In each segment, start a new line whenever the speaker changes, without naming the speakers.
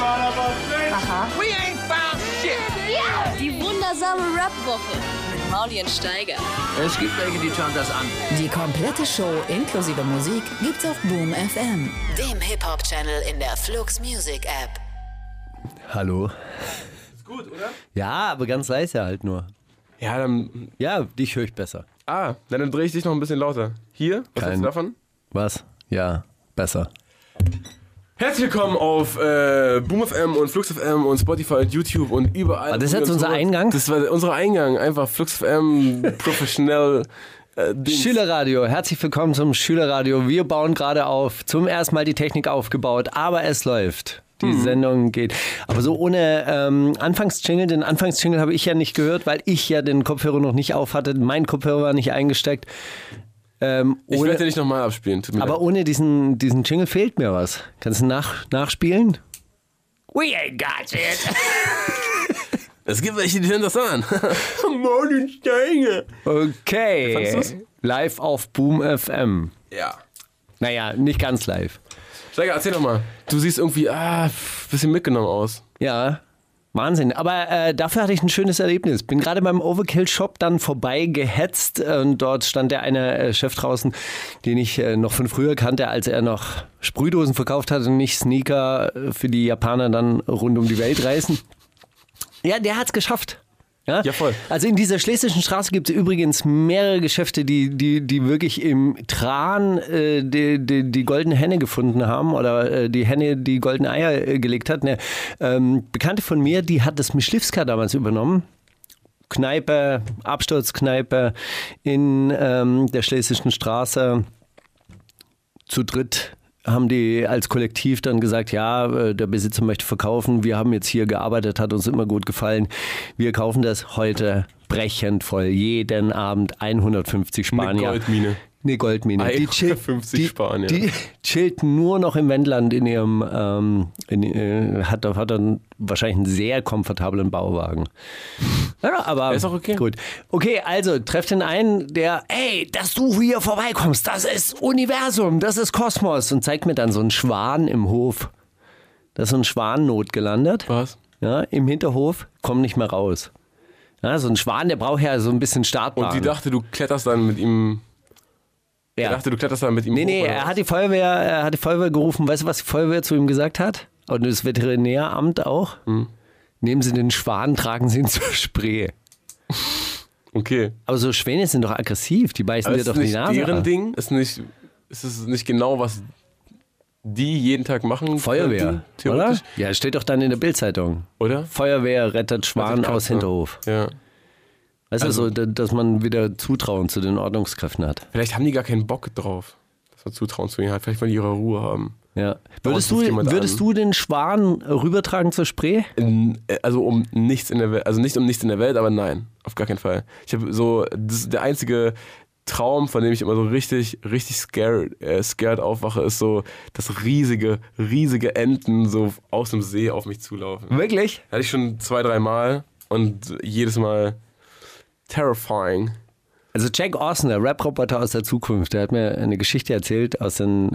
Aha.
We ain't found shit.
Die wundersame Rap-Woche mit Maulien Steiger.
Es gibt welche, die schauen das an.
Die komplette Show inklusive Musik gibt's auf Boom FM,
dem Hip-Hop-Channel in der Flux Music App.
Hallo.
Ist gut, oder?
Ja, aber ganz leise halt nur.
Ja, dann.
Ja, dich höre ich besser.
Ah, dann drehe ich dich noch ein bisschen lauter. Hier, was
Kein-
hältst du davon?
Was? Ja, besser.
Herzlich willkommen auf äh, Boom FM und Flux FM und Spotify und YouTube und überall.
War das
wo ihr
jetzt
uns
unser
hört.
Eingang?
Das war unser Eingang. Einfach Flux FM, professionell. Äh, Dings.
Schülerradio, herzlich willkommen zum Schülerradio. Wir bauen gerade auf. Zum ersten Mal die Technik aufgebaut, aber es läuft. Die
Mhm.
Sendung geht. Aber so ohne ähm, Anfangsjingle, den Anfangsjingle habe ich ja nicht gehört, weil ich ja den Kopfhörer noch nicht auf hatte. Mein Kopfhörer war nicht eingesteckt. Ähm,
Ich
ohne-
werde den nicht nochmal abspielen. Tut mir
Aber
leid.
ohne diesen, diesen Jingle fehlt mir was. Kannst du nach, nachspielen? We ain't got it.
es gibt welche, die hören das an. Morgen Steine.
Okay.
Fandst du's?
Live auf Boom FM.
Ja.
Naja, nicht ganz live.
Steiger, erzähl doch mal. Du siehst irgendwie, ah, pff, bisschen mitgenommen aus.
Ja. Wahnsinn. Aber äh, dafür hatte ich ein schönes Erlebnis. Bin gerade beim Overkill Shop dann vorbei gehetzt äh, und dort stand der eine äh, Chef draußen, den ich äh, noch von früher kannte, als er noch Sprühdosen verkauft hat und nicht Sneaker äh, für die Japaner dann rund um die Welt reisen. Ja, der hat's geschafft. Ja?
Ja, voll.
Also in dieser schlesischen Straße gibt es übrigens mehrere Geschäfte, die, die, die wirklich im Tran äh, die, die, die goldene Henne gefunden haben oder äh, die Henne, die goldene Eier äh, gelegt hat. Eine ähm, Bekannte von mir, die hat das Mischlivska damals übernommen. Kneipe, Absturzkneipe in ähm, der schlesischen Straße zu dritt haben die als Kollektiv dann gesagt, ja, äh, der Besitzer möchte verkaufen, wir haben jetzt hier gearbeitet, hat uns immer gut gefallen, wir kaufen das heute brechend voll, jeden Abend 150 Spanier.
Goldmine.
Eine Goldmine. Die, chill,
150
die,
Spanier.
die chillt nur noch im Wendland in ihrem, ähm, in, äh, hat, hat dann wahrscheinlich einen sehr komfortablen Bauwagen. Ja, aber
Ist auch okay.
gut. Okay, also trefft den einen, der, ey, dass du hier vorbeikommst, das ist Universum, das ist Kosmos und zeigt mir dann so einen Schwan im Hof. Da ist so ein Schwannot gelandet
Was?
ja, im Hinterhof, komm nicht mehr raus. Ja, so ein Schwan, der braucht ja so ein bisschen Startbahn.
Und die dachte, du kletterst dann mit ihm.
Ah, ne. ja.
Er dachte, du kletterst dann mit ihm.
Nee,
hoch,
nee,
oder
er
was?
hat die Feuerwehr, er hat die Feuerwehr gerufen. Weißt du, was die Feuerwehr zu ihm gesagt hat? Und das Veterinäramt auch?
Hm.
Nehmen Sie den Schwan, tragen Sie ihn zur Spree.
Okay.
Aber so Schwäne sind doch aggressiv, die beißen
Aber
dir
ist
doch die
nicht
Nase.
deren
ab.
Ding? Ist nicht, ist es nicht genau, was die jeden Tag machen?
Feuerwehr,
könnten,
oder?
Theoretisch.
Ja, steht doch dann in der Bildzeitung.
Oder?
Feuerwehr rettet Schwan
Rettet
aus
Also Katze. Also
Hinterhof.
Ja.
Weißt du, so, da- dass man wieder Zutrauen zu den Ordnungskräften hat.
Vielleicht haben die gar keinen Bock drauf, dass man Zutrauen zu ihnen hat. Vielleicht wollen die ihre Ruhe haben.
Ja. Würdest,
Daraus
du,
ruft jemand
würdest
an.
du den Schwan rübertragen zur Spree?
In, äh, also um nichts in der Welt, also nicht um nichts in der Welt, aber nein, auf gar keinen Fall. Ich habe so, das ist der einzige Traum, von dem ich immer so richtig, richtig scared, äh, scared aufwache, ist so, dass riesige, riesige Enten so aus dem See auf mich zulaufen.
Wirklich?
Hatte ich schon zwei, drei Mal und jedes Mal terrifying.
Also Jack Orson, der Rap-Roboter aus der Zukunft, der hat mir eine Geschichte erzählt aus den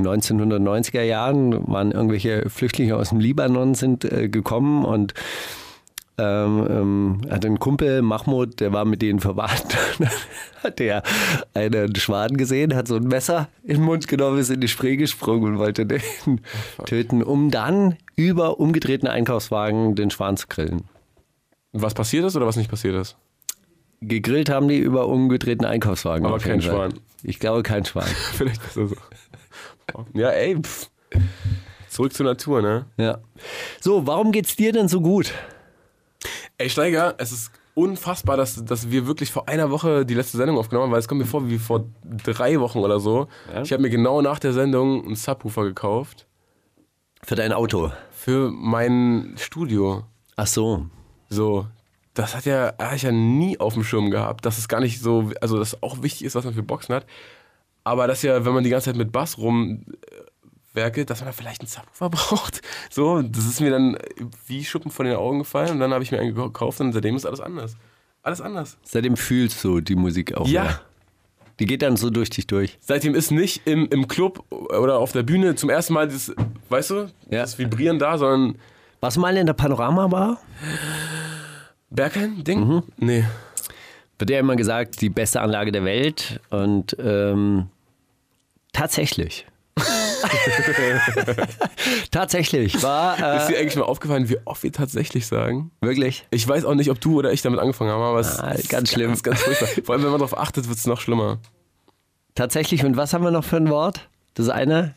1990er Jahren, waren irgendwelche Flüchtlinge aus dem Libanon sind äh, gekommen und ähm, ähm, hat einen Kumpel, Mahmoud, der war mit denen verwandt. Dann hat der einen Schwan gesehen, hat so ein Messer in den Mund genommen, ist in die Spree gesprungen und wollte den töten, um dann über umgedrehten Einkaufswagen den Schwan zu grillen.
Was passiert ist oder was nicht passiert ist?
Gegrillt haben die über umgedrehten Einkaufswagen.
Aber
auf jeden
kein
Fall.
Schwan.
Ich glaube kein Schwan.
Vielleicht ist das so. Ja, ey, pff. Zurück zur Natur, ne?
Ja. So, warum geht's dir denn so gut?
Ey, Steiger, es ist unfassbar, dass, dass wir wirklich vor einer Woche die letzte Sendung aufgenommen haben, weil es kommt mir vor wie vor drei Wochen oder so. Ich habe mir genau nach der Sendung einen Subwoofer gekauft
Für dein Auto.
für mein Studio.
Ach so.
So, das hat ja, hatte ich ja nie auf dem Schirm gehabt, dass es gar nicht so, also dass es auch wichtig ist, was man für Boxen hat. Aber dass ja, wenn man die ganze Zeit mit Bass rumwerkelt, dass man da vielleicht einen Subwoofer braucht. So, das ist mir dann wie Schuppen von den Augen gefallen und dann habe ich mir einen gekauft und seitdem ist alles anders. Alles anders.
Seitdem fühlst du die Musik auch
Ja.
mehr. Die geht dann so durch dich durch.
Seitdem ist nicht im, im Club oder auf der Bühne zum ersten Mal das, weißt du,
Ja.
das Vibrieren da, sondern
Warst du mal in der Panorama-Bar?
Bergheim-Ding?
Mhm.
Nee.
Wird ja immer gesagt, die beste Anlage der Welt. Und ähm, tatsächlich. tatsächlich. War äh,
Ist dir eigentlich mal aufgefallen, wie oft wir tatsächlich sagen?
wirklich.
Ich weiß auch nicht, ob du oder ich damit angefangen haben, aber es
Ah,
ist
ganz schlimm.
Ganz, ganz furchtbar. Vor allem, wenn man darauf achtet, wird es noch schlimmer.
Tatsächlich. Und was haben wir noch für ein Wort? Das eine?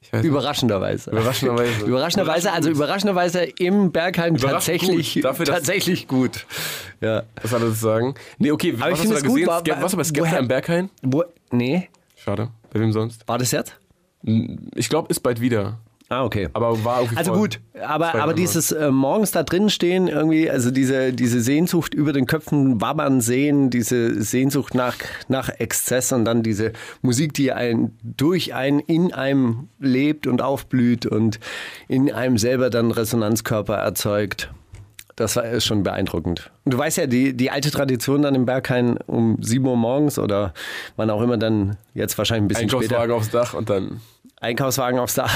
Ich weiß
Überraschenderweise.
Überraschenderweise.
Überraschenderweise, also überraschenderweise im Bergheim
Überraschend
tatsächlich
gut. Dafür, dass-
tatsächlich gut. Ja.
nicht, was soll das sagen? Nee, okay,
ich
was hast
finde
du da
es gut,
gesehen?
war-
Ske- Warst du bei
woher-
Skepta im Berghain?
Wo, nee,
Schade. Bei wem sonst?
war das jetzt?
Ich glaube, ist bald wieder.
Ah, okay.
Aber war irgendwie
also
voll.
gut, aber,
Zwei
aber
Mal.
dieses äh, morgens da drin stehen, irgendwie, also diese, diese Sehnsucht über den Köpfen wabbern sehen, diese Sehnsucht nach, nach Exzess und dann diese Musik, die ein, durch einen in einem lebt und aufblüht und in einem selber dann Resonanzkörper erzeugt. Das war ist schon beeindruckend. Und du weißt ja, die, die alte Tradition dann im Berghain um 7 Uhr morgens oder wann auch immer dann, jetzt wahrscheinlich ein bisschen
Einkaufswagen
später,
aufs Dach und dann,
Einkaufswagen aufs Dach.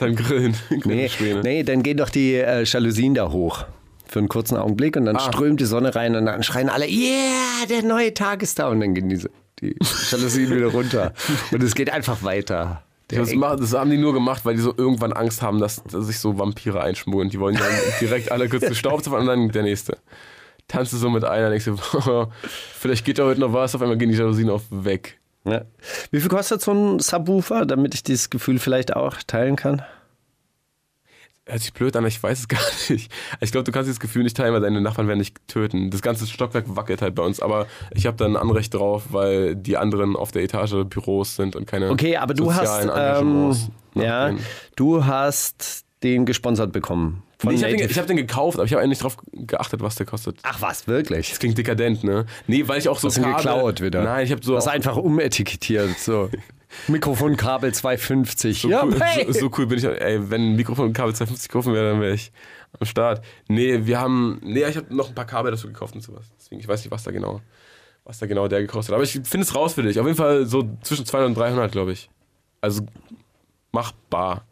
dann grillen.
Nee,
Grillspäne.
nee, dann gehen doch die äh, Jalousien da hoch. Für einen kurzen Augenblick und dann strömt die Sonne rein und dann schreien alle, yeah, der neue Tag ist da. Und dann gehen die, die Jalousien wieder runter. Und es geht einfach weiter. Der
Das,
Eng-
ma- das haben die nur gemacht, weil die so irgendwann Angst haben, dass, dass sich so Vampire einschmuren. Die wollen dann direkt alle kurz zu Staub zu und dann der nächste. Tanzt du so mit einer, denkst du, vielleicht geht da heute noch was, auf einmal gehen die Jalousien auf weg.
ja. ne? Wie viel kostet so ein Subwoofer, damit ich dieses Gefühl vielleicht auch teilen kann?
Hört sich blöd an, aber ich weiß es gar nicht. Ich glaube, du kannst dieses Gefühl nicht teilen, weil deine Nachbarn werden dich töten. Das ganze Stockwerk wackelt halt bei uns, aber ich habe da ein Anrecht drauf, weil die anderen auf der Etage Büros sind und keine
Okay, aber du hast,
sozialen
ähm,
Engagements.
ja,
Nein.
du hast den gesponsert bekommen. Von
Nee, ich habe den,
Native.
ich hab den gekauft, aber ich habe eigentlich nicht drauf geachtet, was der kostet.
Ach was, wirklich?
Das klingt dekadent, ne? Nee, weil ich auch so
Hast du ihn
Kabel-
geklaut wieder?
Nein, ich habe so,
Das
so,
einfach umetikettiert. So. Mikrofonkabel 250. ja,
cool,
hey.
so, so cool bin ich. Ey, wenn ein Mikrofon und Kabel 250 kaufen wäre, dann wäre ich am Start. Nee, wir haben, nee, ich habe noch ein paar Kabel dazu gekauft und sowas. Deswegen ich weiß nicht, was da genau, was da genau der gekostet hat. Aber ich finde es raus für dich. Auf jeden Fall so zwischen 200 und 300, glaube ich. Also machbar.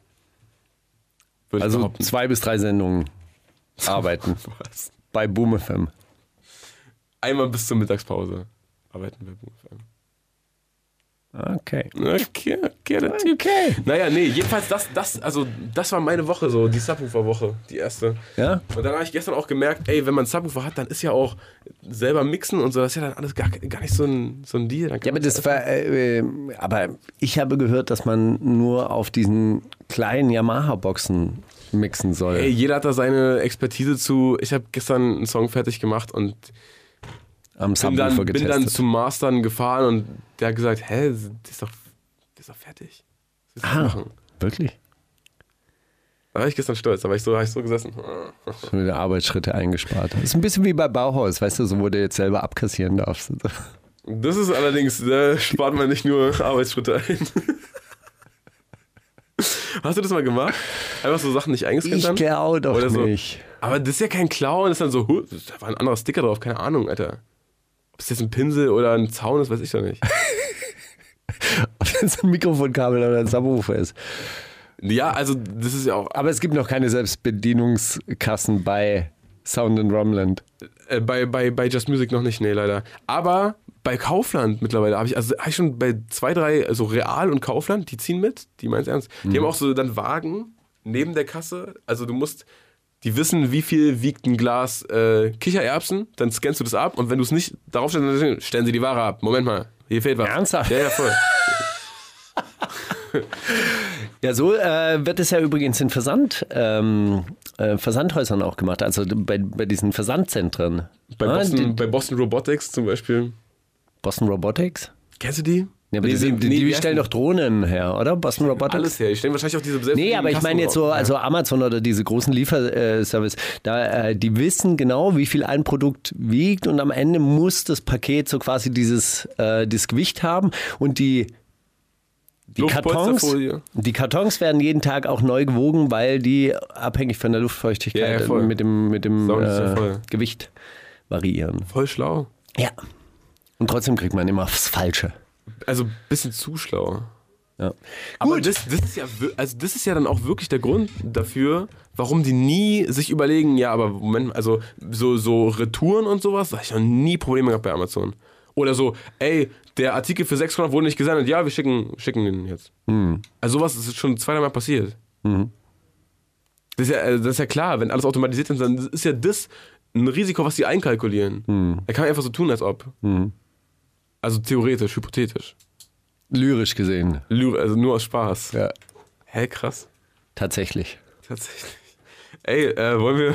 Würde ich
Also
behaupten.
zwei bis drei Sendungen arbeiten
Was?
bei Boom FM.
Einmal bis zur Mittagspause arbeiten wir. Buchfang.
Okay.
Okay, okay, der Typ.
Okay.
Naja, nee, jedenfalls das, das, also das war meine Woche so, die Subwoofer-Woche, die erste.
Ja?
Und dann habe ich gestern auch gemerkt, ey, wenn man Subwoofer hat, dann ist ja auch selber mixen und so, das ist ja dann alles gar, gar nicht so ein, so ein Deal. Dann kann
Ja, aber
man-
das war. Äh, äh, aber ich habe gehört, dass man nur auf diesen kleinen Yamaha-Boxen mixen soll.
ey, jeder hat da seine Expertise zu. Ich habe gestern einen Song fertig gemacht und
am
bin dann,
Subwoofer
bin dann
getestet.
zum Mastern gefahren und der hat gesagt, hä, das ist doch, das ist doch fertig. Das ist
Ah.
machen.
Wirklich?
Da war ich gestern stolz, da war ich so, da hab ich so gesessen.
Schon wieder Arbeitsschritte eingespart. Das ist ein bisschen wie bei Bauhaus, weißt du, so wo du jetzt selber abkassieren darfst.
Das ist allerdings, da spart man nicht nur Arbeitsschritte ein. Hast du das mal gemacht? Einfach so Sachen nicht eingescannt
Ich
dann?
glaube
Oder
doch
so.
nicht.
Aber das ist ja kein Clown, das ist dann so, huh, da war ein anderer Sticker drauf, keine Ahnung, Alter. Ob es jetzt ein Pinsel oder ein Zaun ist, weiß ich doch nicht.
Ob jetzt ein Mikrofonkabel oder ein Subwoofer ist.
Ja, also das ist ja auch
Aber es gibt noch keine Selbstbedienungskassen bei Sound and Rumland.
äh, bei, bei, bei Just Music noch nicht, nee, leider. Aber bei Kaufland mittlerweile habe ich, also habe ich schon bei zwei, drei, also Real und Kaufland, die ziehen mit, die meinen es ernst.
Mhm.
Die haben auch so dann Wagen neben der Kasse. Also du musst, die wissen, wie viel wiegt ein Glas äh, Kichererbsen, dann scannst du das ab und wenn du es nicht darauf stellst, dann stellen sie die Ware ab. Moment mal, hier fehlt was.
Ernsthaft?
Ja, ja, voll.
Ja, so äh, wird es ja übrigens in Versand, ähm, äh, Versandhäusern auch gemacht, also bei, bei diesen Versandzentren.
Bei
Ja,
Boston,
Ah, die-
bei Boston Robotics zum Beispiel.
Boston Robotics?
Kennst du die?
Ja, aber
Nee,
die, sind- die,
nee,
die,
wie
stellen
heißen
doch Drohnen her, oder? Boston Robotics?
alles her. Äh, Die stellen wahrscheinlich auch diese selbst.
Nee, aber ich meine jetzt so, also Amazon oder diese großen Lieferservice, da, äh, die wissen genau, wie viel ein Produkt wiegt und am Ende muss das Paket so quasi dieses, äh, dieses Gewicht haben und die, die Kartons,
Luftpolsterfolie.
die Kartons werden jeden Tag auch neu gewogen, weil die abhängig von der
Ja, ja,
Luftfeuchtigkeit
voll.
mit dem, mit dem
Saugen sich ja
äh,
voll.
Gewicht variieren.
Voll schlau.
Ja. Und trotzdem kriegt man immer das Falsche.
also ein bisschen zu schlau.
Ja.
Aber das, das, ist ja, wir- also das ist ja dann auch wirklich der Grund dafür, warum die nie sich überlegen, ja, aber Moment, also so, so Retouren und sowas, da habe ich noch nie Probleme gehabt bei Amazon. Oder so, ey, der Artikel für 600 wurde nicht gesendet, ja, wir schicken, schicken den jetzt. Also sowas ist schon zweimal passiert. Mhm. Das, ist ja, also das ist ja klar, wenn alles automatisiert ist, dann ist ja das ein Risiko, was sie einkalkulieren. Er kann einfach so tun, als ob. Also theoretisch, hypothetisch.
Lyrisch gesehen,
Lyr- Also nur aus Spaß.
ja,
Hä, krass.
tatsächlich.
Tatsächlich. Ey, äh, wollen, wir,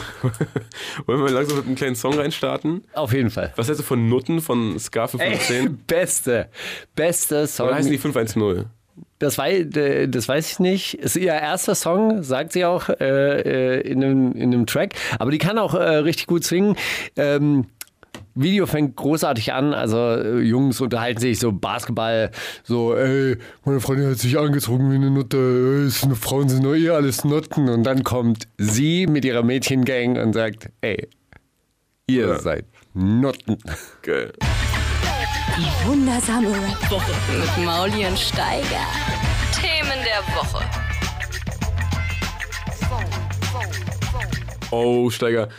wollen wir langsam mit einem kleinen Song reinstarten?
Auf jeden Fall.
Was hältst du von Nutten von Scarfe 15?
Beste, beste
Oder heißen
Song.
die 510?
Das, wei äh, das weiß ich nicht. Ist ihr erster Song, sagt sie auch äh, äh, in, einem, in einem Track. Aber die kann auch äh, richtig gut singen. Ähm, Video fängt großartig an. Also äh, Jungs unterhalten sich so Basketball, so, ey, meine Freundin hat sich angezogen wie eine Nutte. Ey, ist eine- Frauen sind nur ihr alles Nutten. Und dann kommt sie mit ihrer Mädchengang und sagt, ey, ihr
Ja.
seid Nutten.
Geil.
Wundersame Rap-Woche mit Mauli und Steiger.
Themen der Woche.
Oh, Steiger.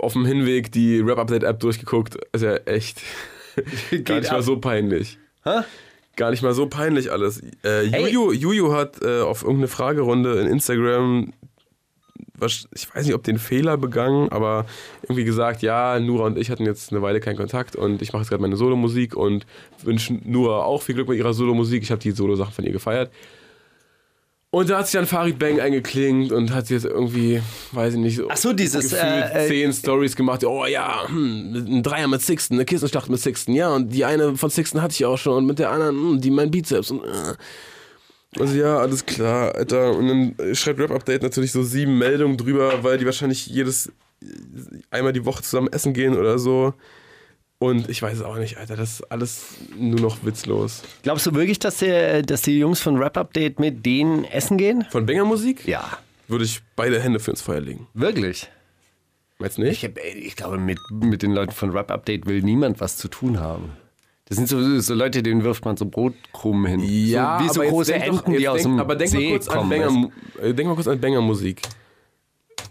Auf dem Hinweg die Rap-Update-App durchgeguckt. Ist ja echt gar nicht
ab.
mal so peinlich. Hä? Gar nicht mal so peinlich alles. Äh,
Ey.
Juju, Juju hat äh, auf irgendeine Fragerunde in Instagram, was, ich weiß nicht, ob den Fehler begangen, aber irgendwie gesagt, ja, Nura und ich hatten jetzt eine Weile keinen Kontakt und ich mache jetzt gerade meine Solomusik und wünsche Nura auch viel Glück mit ihrer Solomusik. Ich habe die Solo-Sachen von ihr gefeiert. Und da hat sich dann Farid Bang eingeklingt und hat jetzt irgendwie, weiß ich nicht,
Ach so, dieses,
gefühlt
äh, äh,
zehn Stories gemacht. Oh ja, hm, ein Dreier mit Sixten, eine Kissenschlacht mit Sixten, ja, und die eine von Sixten hatte ich auch schon und mit der anderen, hm, die mein Bizeps und äh. Also ja, alles klar, Alter. Und dann äh, schreibt Rap-Update natürlich so sieben Meldungen drüber, weil die wahrscheinlich jedes einmal die Woche zusammen essen gehen oder so. Und ich weiß es auch nicht, Alter, das ist alles nur noch witzlos.
Glaubst du wirklich, dass, der, dass die Jungs von Rap Update mit denen essen gehen?
Von Banger Musik
Ja,
würde ich beide Hände für ins Feuer legen.
wirklich.
Meinst du nicht?
Ich, hab- ey, ich glaube, mit, mit den Leuten von Rap Update will niemand was zu tun haben. Das sind so, so Leute, denen wirft man so Brotkrumen hin.
Ja,
so, wie so
aber jetzt
große
denk doch-
Enten,
jetzt
die aus
denk,
dem
aber denk
See
mal kurz
kommen.
an Banger, äh, Denk mal kurz an Banger-Musik.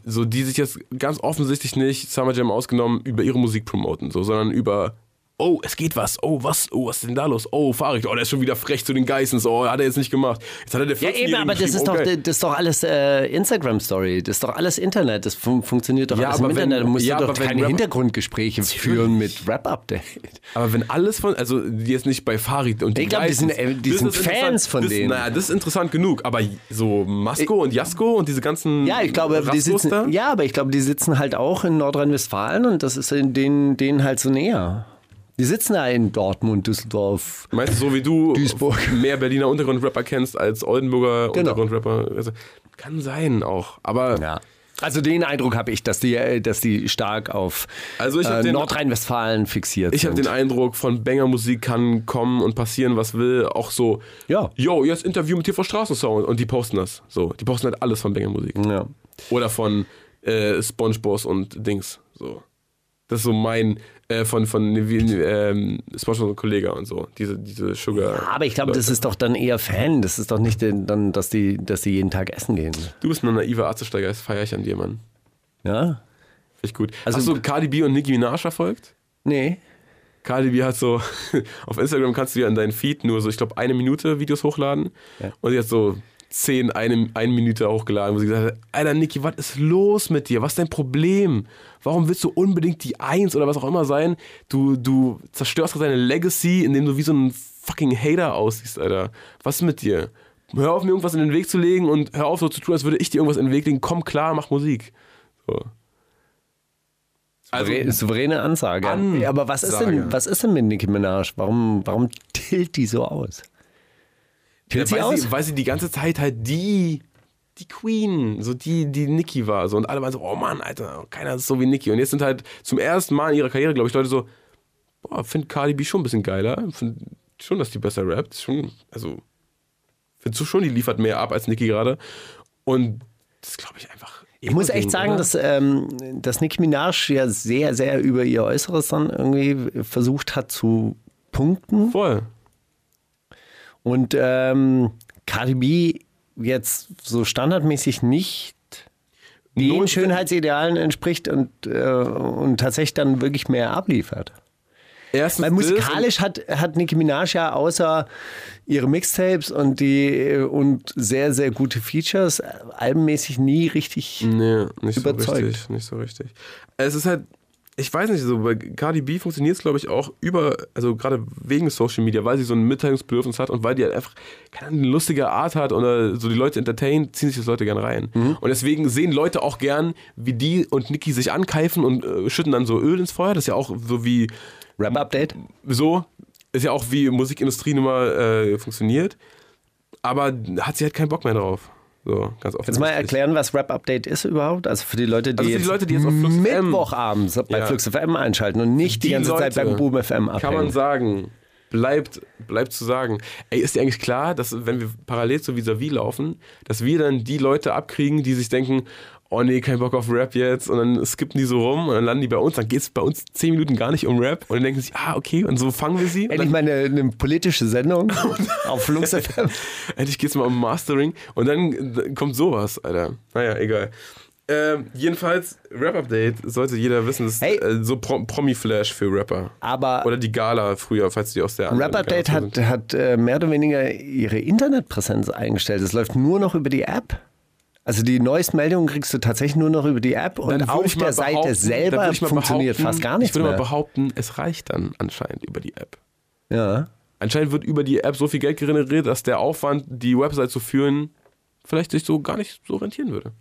So, die sich jetzt ganz offensichtlich nicht, Summer Jam ausgenommen, über ihre Musik promoten, so, sondern über, oh, es geht was, oh, was, oh, was ist denn da los? Oh, Farid, oh, der ist schon wieder frech zu den Geissens, oh, hat er jetzt nicht gemacht. Jetzt hat er der
ja, eben, aber das ist, doch, das ist doch alles äh, Instagram-Story. Das ist doch alles Internet. Das fun funktioniert doch
Ja,
alles im
aber wenn-
Internet. Du musst
ja,
doch
aber wenn
keine
Rap-
Hintergrundgespräche führen mit Rap Update.
Aber wenn alles von, also die jetzt nicht bei Farid und
Ich glaub, die sind-
Geissens,
äh, die
das
sind
ist interessant,
Fans von
das,
denen.
Naja, das ist interessant genug, aber so Masko und Jasko und diese ganzen
Ja, ich glaube, die
Rasslos da?
sitzen, ja, aber ich glaube, die sitzen halt auch in Nordrhein-Westfalen und das ist in denen, denen halt so näher. Die sitzen da in Dortmund, Düsseldorf.
Meinst du, so wie du
Duisburg.
mehr Berliner Untergrundrapper kennst als Oldenburger
Genau.
Untergrundrapper? Also, kann sein auch. Aber
Also den Eindruck habe ich, dass die, äh, dass die stark auf
Also ich hab
äh,
den-
Nordrhein-Westfalen fixiert
ich habe
sind.
den Eindruck, von Banger-Musik kann kommen und passieren, was will. Auch so,
Ja.
yo, jetzt Interview mit TV Straßensound. Und die posten das. So, die posten halt alles von Banger-Musik.
ja.
Oder von äh, Spongeboss und Dings. So. Das ist so mein, äh, von, von ähm, Spongeboss und Kollega und so. Diese, diese Sugar.
Aber ich glaube, das
Leute.
ist doch dann eher Fan. Das ist doch nicht den, dann, dass die, dass die jeden Tag essen gehen.
Du bist ein naiver Arztesteiger, das feiere ich an dir, Mann.
Ja?
Echt gut.
Also-
Hast du Cardi B und Nicki Minaj verfolgt?
Nee.
Cardi B hat so, auf Instagram kannst du ja in deinen Feed nur so, ich glaube, eine Minute Videos hochladen. Und sie hat so zehn, eine, eine Minute hochgeladen, wo sie gesagt hat, Alter Niki, was ist los mit dir? Was ist dein Problem? Warum willst du unbedingt die Eins oder was auch immer sein? Du, du zerstörst gerade deine Legacy, indem du wie so ein fucking Hater aussiehst, Alter. Was ist mit dir? Hör auf, mir irgendwas in den Weg zu legen und hör auf, so zu tun, als würde ich dir irgendwas in den Weg legen. Komm klar, mach Musik. So. Also,
Souverä- souveräne Ansage.
Ansage.
Aber was ist, denn, was ist denn mit Nicki Minaj? Warum, warum tilt die so aus? Tilt sie
weil,
aus?
Sie, weil sie die ganze Zeit halt die, die Queen, so die, die Nikki war. So. Und alle waren so, oh Mann, Alter, keiner ist so wie Nikki. Und jetzt sind halt zum ersten Mal in ihrer Karriere, glaube ich, Leute so, boah, find Cardi B schon ein bisschen geiler. Find schon, dass die besser rappt. Schon, also, findest du schon, die liefert mehr ab als Nikki gerade. Und das glaube ich einfach.
Ich muss echt sagen, dass, ähm, dass Nicki Minaj ja sehr, sehr über ihr Äußeres dann irgendwie versucht hat zu punkten.
Voll.
Und ähm, Cardi B jetzt so standardmäßig nicht den
Null-
Schönheitsidealen entspricht und, äh, und tatsächlich dann wirklich mehr abliefert.
Erstens
Weil
das und-
musikalisch hat, hat Nicki Minaj ja außer ihre Mixtapes und die und sehr, sehr gute Features äh, albenmäßig nie richtig.
Nee, nicht
Überzeugt.
so richtig. Nicht so richtig. Es ist halt, ich weiß nicht, so bei Cardi B funktioniert es, glaube ich, auch über, also gerade wegen Social Media, weil sie so ein Mitteilungsbedürfnis hat und weil die halt einfach keine Ahnung, eine lustige Art hat oder so die Leute entertaint, ziehen sich das Leute gern rein.
Mhm.
Und deswegen sehen Leute auch gern, wie die und Nicki sich ankeifen und äh, schütten dann so Öl ins Feuer. Das ist ja auch so wie
Rap-Update?
so, ist ja auch wie Musikindustrie nun mal äh, funktioniert. Aber hat sie halt keinen Bock mehr drauf. So, ganz offen.
Kannst du mal erklären, was Rap-Update ist überhaupt? Also für die Leute, die,
Also für die
jetzt,
Leute, die jetzt auf Flux FM
Mittwochabends bei
Ja.
Flux FM einschalten und nicht die, ganze Zeit
Leute,
beim Boom FM abhängen.
Kann man sagen. Bleibt, bleibt zu sagen. Ey, ist dir eigentlich klar, dass wenn wir parallel zu vis-à-vis laufen, dass wir dann die Leute abkriegen, die sich denken, oh nee, kein Bock auf Rap jetzt und dann skippen die so rum und dann landen die bei uns, dann geht es bei uns zehn Minuten gar nicht um Rap und dann denken sie, ah, okay, und so fangen wir sie. Und
Endlich
dann,
mal eine, eine politische Sendung auf Flux FM.
endlich geht es mal um Mastering und dann äh, kommt sowas, Alter. Naja, egal. Ähm, jedenfalls, Rap-Update sollte jeder wissen, das ist
Hey.
äh, so Pro Promi-Flash für Rapper.
Aber-
Oder die Gala früher, falls die aus der anderen
Rap-Update
Generation
hat, hat äh, mehr oder weniger ihre Internetpräsenz eingestellt. Es läuft nur noch über die App. Also die neuesten Meldungen kriegst du tatsächlich nur noch über die App
Dann
und
würde
auf
ich mal
der Seite
behaupten- dann
selber
würde ich mal
funktioniert
behaupten-
fast gar nichts
Ich würde mal
mehr.
behaupten, es reicht dann anscheinend über die App.
Ja.
Anscheinend wird über die App so viel Geld generiert, dass der Aufwand, die Website zu führen, vielleicht sich so gar nicht so rentieren würde.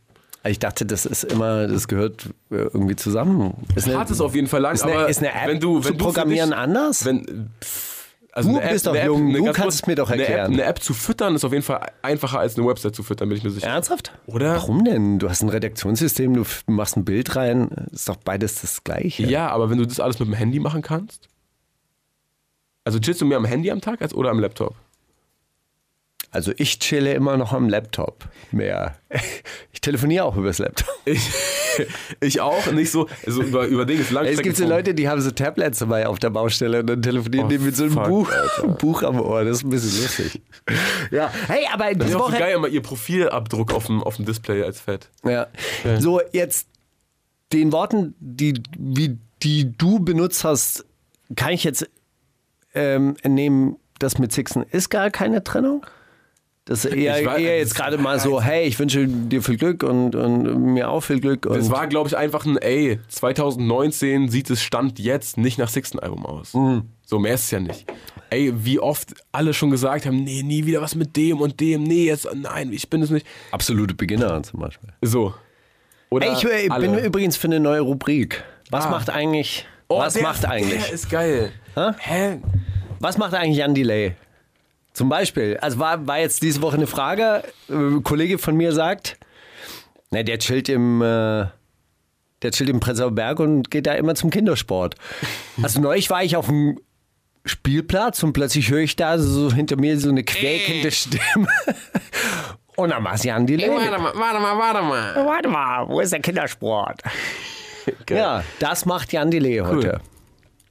Ich dachte, das ist immer, das gehört äh, irgendwie zusammen. Ist ne
Hat es auf jeden Fall lang,
ist eine,
aber
ist eine App
wenn du, wenn
zu
du für
programmieren
dich,
anders?
Wenn, pff, also
Du
eine App,
bist doch
eine App,
jung,
eine
du
ganz
kannst
kurz-
es mir doch
Eine App,
erklären.
eine App zu füttern ist auf jeden Fall einfacher als eine Website zu füttern, bin ich mir sicher.
Ernsthaft?
Oder?
Warum denn? Du hast ein Redaktionssystem, du f- machst ein Bild rein, ist doch beides das Gleiche.
Ja, aber wenn du das alles mit dem Handy machen kannst. Also chillst du mehr am Handy am Tag als oder am Laptop?
Also ich chille immer noch am Laptop mehr. Ich telefoniere auch übers Laptop.
Ich, ich auch, nicht so, also über, über Dinge ist
Es
Langstrecken.
gibt so Leute, die haben so Tablets dabei auf der Baustelle und dann telefonieren
Oh,
die mit so einem
fuck,
Buch, Buch am Ohr. Das ist ein bisschen lustig. ja, hey, aber
Das
diese
ist auch
Woche.
so geil, immer ihr Profilabdruck auf dem, auf dem Display als Fett.
Ja. So, jetzt den Worten, die, wie, die du benutzt hast, kann ich jetzt ähm, entnehmen, das mit Sixen ist gar keine Trennung? Das ist eher,
Ich weiß-
eher jetzt gerade mal so, hey, ich wünsche dir viel Glück und, und mir auch viel Glück. Und
Das war, glaube ich, einfach ein, ey, 2019 sieht es Stand jetzt nicht nach Sixten-Album aus.
Mhm.
So mehr ist es ja nicht. Ey, wie oft alle schon gesagt haben, nee, nie wieder was mit dem und dem, nee, jetzt, nein, ich bin es nicht.
absolute Beginner zum Beispiel.
So. Oder
Ey, ich äh,
alle.
bin übrigens für eine neue Rubrik. Was
Ah.
macht eigentlich,
Oh,
was
der-
macht eigentlich,
Der ist geil.
Hä?
Hä?
was macht eigentlich Jan Delay? Zum Beispiel, also war, war jetzt diese Woche eine Frage, äh, ein Kollege von mir sagt, na, der chillt im, äh, der chillt im Prenzlauer Berg und geht da immer zum Kindersport. Also neulich war ich auf dem Spielplatz und plötzlich höre ich da so hinter mir so eine
Äh.
quäkende Stimme. Und dann war es Jan Delay.
mal, warte mal, warte mal.
Warte mal, wo ist der Kindersport? Ja, Äh, das macht Jan Delay heute.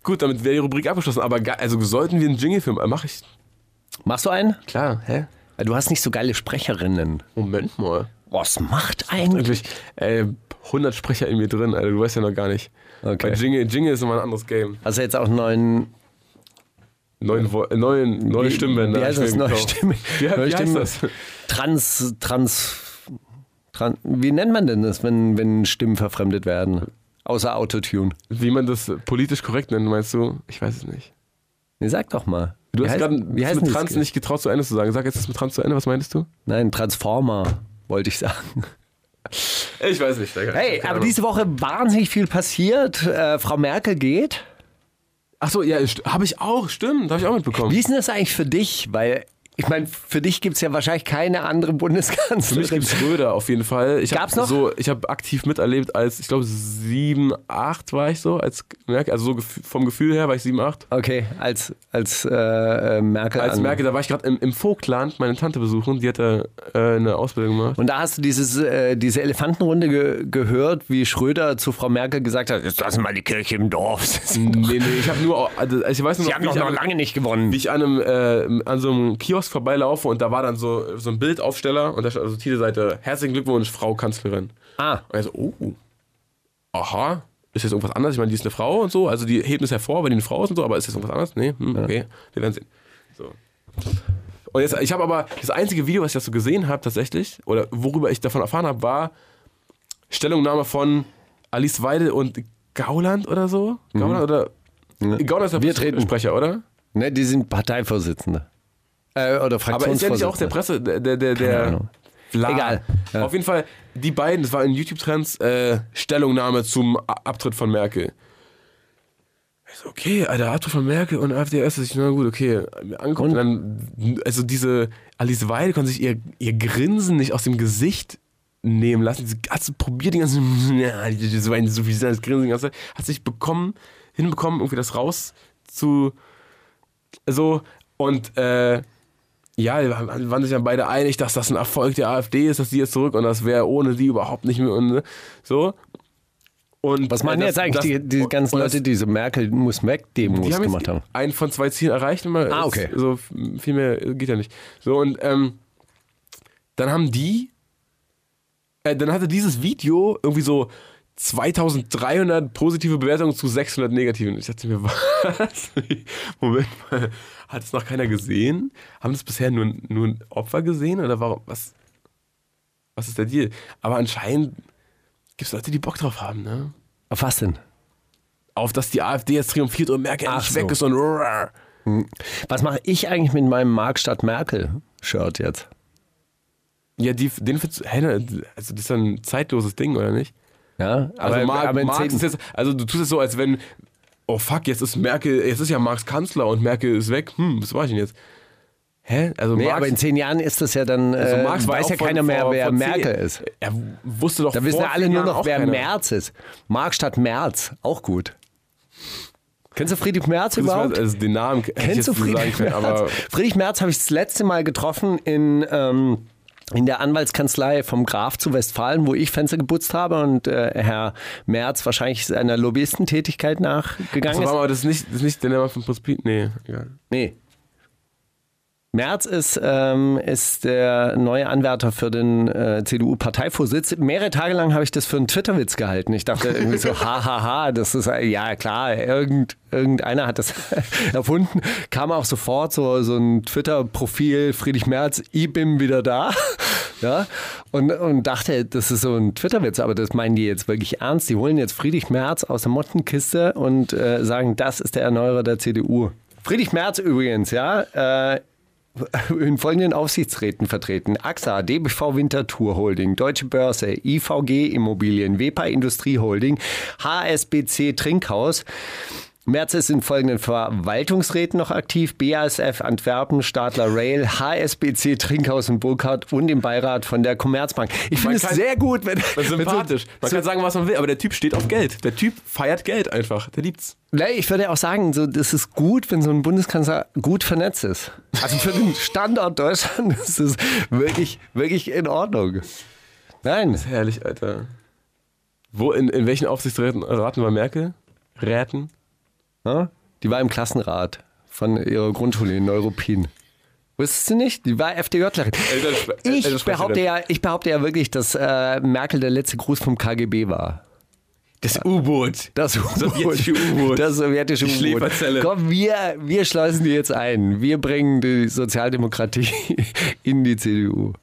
Gut, damit wäre die Rubrik abgeschlossen. Aber ge- also sollten wir einen Jingle-Film mache ich.
Machst du einen? Äh,
Klar, hä?
Du hast nicht so geile Sprecherinnen.
Moment mal.
Was macht eigentlich?
Wirklich, ey, 100 Sprecher in mir drin, Alter, du weißt ja noch gar nicht.
Okay.
Bei Jingle, Jingle ist nochmal ein anderes Game.
Hast du jetzt auch einen neuen.
Neuen, Wo- äh, neuen, neue
wie-
Stimmbänder.
Wie
hab
heißt
ich
das?
mir
Neue
gekauft.
Stimme.
Wie,
neue
wie
Stimme.
heißt das?
Trans, trans, trans. Wie nennt man denn das, wenn, wenn Stimmen verfremdet werden? Außer Autotune.
Wie man das politisch korrekt nennt, meinst du? Ich weiß es nicht.
Nee, sag doch mal.
Du
Wie
hast
heißt-
gerade
wie
das
heißt denn
mit
das
Trans
Ge-
nicht getraut, zu Ende zu sagen. Sag jetzt das mit Trans zu Ende, was meinst du?
Nein, Transformer, wollte ich sagen.
Ich weiß nicht, Digga.
Hey, aber diese Woche wahnsinnig viel passiert. Äh, Frau Merkel geht.
Achso, ja, habe ich auch, stimmt, habe ich auch mitbekommen.
Wie ist denn das eigentlich für dich? Weil, ich meine, für dich gibt es ja wahrscheinlich keine andere
Für mich
Bundeskanzlerin.
gibt es Schröder auf jeden Fall. Ich
Gab's
hab
noch?
So, ich habe aktiv miterlebt, als ich glaube sieben, acht war ich so, als Merkel, also so gef- vom Gefühl her war ich sieben, acht.
Okay, als, als äh, äh, Merkel.
Als
an-
Merkel, da war ich gerade im, im Vogtland meine Tante besuchen, die hat da äh, eine Ausbildung gemacht.
Und da hast du dieses, äh, diese Elefantenrunde ge gehört, wie Schröder zu Frau Merkel gesagt hat: Jetzt lassen wir mal die Kirche im Dorf. Sie
Mhm. Nee, nee, ich habe nur, also ich weiß nur noch,
haben
wie
doch
ich,
noch
an,
lange nicht
wie
gewonnen.
ich an, einem, äh, an so einem Kiosk vorbeilaufe und da war dann so, so ein Bildaufsteller und da stand also Titelseite, herzlichen Glückwunsch, Frau Kanzlerin.
Ah.
Und er so, oh, aha, ist jetzt irgendwas anderes? Ich meine, die ist eine Frau und so, also die heben es hervor, weil die eine Frau ist und so, aber ist jetzt irgendwas anderes? Nee, hm, okay, wir werden sehen. So. Und jetzt, ich habe aber, das einzige Video, was ich dazu gesehen habe tatsächlich, oder worüber ich davon erfahren habe, war Stellungnahme von Alice Weidel und Gauland oder so. Gauland oder... Gauland ist der
Mhm. Wir treten.
Sprecher, oder?
Ne, die sind Parteivorsitzende. Äh, oder
Aber ist
Fraktionsvorsitzende.
ja nicht auch der Presse, der, der, der, der
Ahnung.
Bla.
Egal. Ja.
Auf jeden Fall, die beiden, das war in YouTube-Trends, äh, Stellungnahme zum A- Abtritt von Merkel. Ich so, okay, Alter, Abtritt von Merkel und AfD ist ich, na gut, okay. Mir angeguckt und dann, also diese Alice Weidel konnte sich ihr, ihr Grinsen nicht aus dem Gesicht nehmen lassen. Sie hat so probiert, die ganze, ja, so ein suffisantes Grinsen, die ganze Zeit, hat sich bekommen, hinbekommen, irgendwie das raus zu, so, und, äh, ja, die waren waren sich dann beide einig, dass das ein Erfolg der AfD ist, dass die jetzt zurück und das wäre ohne die überhaupt nicht mehr und ne, so. Und
Was meinen
äh,
jetzt
das-
eigentlich
das-
die, die ganzen
und das-
Leute, die so Merkel muss weg Demos
die haben
gemacht
jetzt
haben?
Einen von zwei Zielen erreicht. Immer,
Ah, okay.
Ist, so viel mehr geht ja nicht. So und ähm, dann haben die, äh, dann hatte dieses Video irgendwie so 2300 positive Bewertungen zu 600 negativen. Ich dachte mir, was? Moment mal, hat es noch keiner gesehen? Haben das bisher nur, nur ein Opfer gesehen oder warum? Was, was ist der Deal? Aber anscheinend gibt es Leute, die Bock drauf haben, ne?
Auf Ah, was denn?
auf dass die AfD jetzt triumphiert und Merkel
Ach
endlich
so.
weg ist und roar.
Was mache ich eigentlich mit meinem Mark statt Merkel-Shirt jetzt?
Ja, die, den findest du- hä, ne, also das ist dann ein zeitloses Ding, oder nicht?
Ja,
Also
aber,
Marx,
aber in
Marx
zehn-
ist jetzt, also du tust es so, als wenn, oh fuck, jetzt ist Merkel, jetzt ist ja Marx Kanzler und Merkel ist weg. Hm, was war ich denn jetzt? Hä? Also
nee,
Marx,
aber in zehn Jahren ist das ja dann, äh,
also Marx war
weiß
auch
ja
von-
keiner mehr,
vor-
wer
vor zehn-
Merkel ist.
Er w- wusste doch
Da wissen
vor
ja alle
zehn
nur
Jahren
noch,
auch
wer
keiner.
Merz ist. Mark statt Merz, auch gut. Kennst du Friedrich Merz
Das war-
überhaupt?
Also den Namen hätte ich
Kennst
jetzt
du
nicht sagen
Friedrich
können,
Merz?
aber
Friedrich Merz habe ich das letzte Mal getroffen in, ähm, in der Anwaltskanzlei vom Graf zu Westfalen, wo ich Fenster geputzt habe und äh, Herr Merz wahrscheinlich seiner Lobbyistentätigkeit
das,
nachgegangen
war
ist.
mal, das ist nicht, das ist nicht der Name von Prospit. Nee, egal.
Nee. Merz ist, ähm, ist der neue Anwärter für den äh, CDU-Parteivorsitz. Mehrere Tage lang habe ich das für einen Twitterwitz gehalten. Ich dachte irgendwie so, hahaha, das ist, äh, ja klar, irgend, irgendeiner hat das erfunden. Kam auch sofort so, so ein Twitter-Profil, Friedrich Merz, ich bin wieder da. Ja, und, und dachte, das ist so ein Twitterwitz, aber das meinen die jetzt wirklich ernst. Die holen jetzt Friedrich Merz aus der Mottenkiste und äh, sagen, das ist der Erneuerer der CDU. Friedrich Merz übrigens, ja, äh, in folgenden Aufsichtsräten vertreten: AXA, DBV Winterthur Holding, Deutsche Börse, IVG Immobilien, WEPA Industrie Holding, HSBC Trinkhaus. Merz ist in folgenden Verwaltungsräten noch aktiv: BASF Antwerpen, Stadler Rail, HSBC Trinkhaus und Burkhardt und im Beirat von der Commerzbank. Ich finde
Man
es
kann-
sehr gut, wenn.
Das ist
wenn so-
sympathisch. Man
so-
kann sagen, was man will, aber der Typ steht auf Geld. Der Typ feiert Geld einfach. Der liebt's.
Nee, ich würde auch sagen, so, das ist gut, wenn so ein Bundeskanzler gut vernetzt ist. Also für den Standort Deutschland ist es wirklich, wirklich in Ordnung. Nein,
Herrlich, Alter. Wo, in, in welchen Aufsichtsräten raten war Merkel? Räten?
ne? die war im Klassenrat von ihrer Grundschule in Neuruppin. Wusstest du nicht? Die war FDJlerin.
Elternsp-
Ich
Elternsprecherin.
behaupte ja, ich behaupte ja wirklich, dass äh, Merkel der letzte Gruß vom KGB war.
Das U-Boot.
Das
Sowjetische U-Boot.
Das sowjetische
Die
U-Boot.
Schläferzelle.
Komm, wir, wir schleusen die jetzt ein. Wir bringen die Sozialdemokratie in die CDU.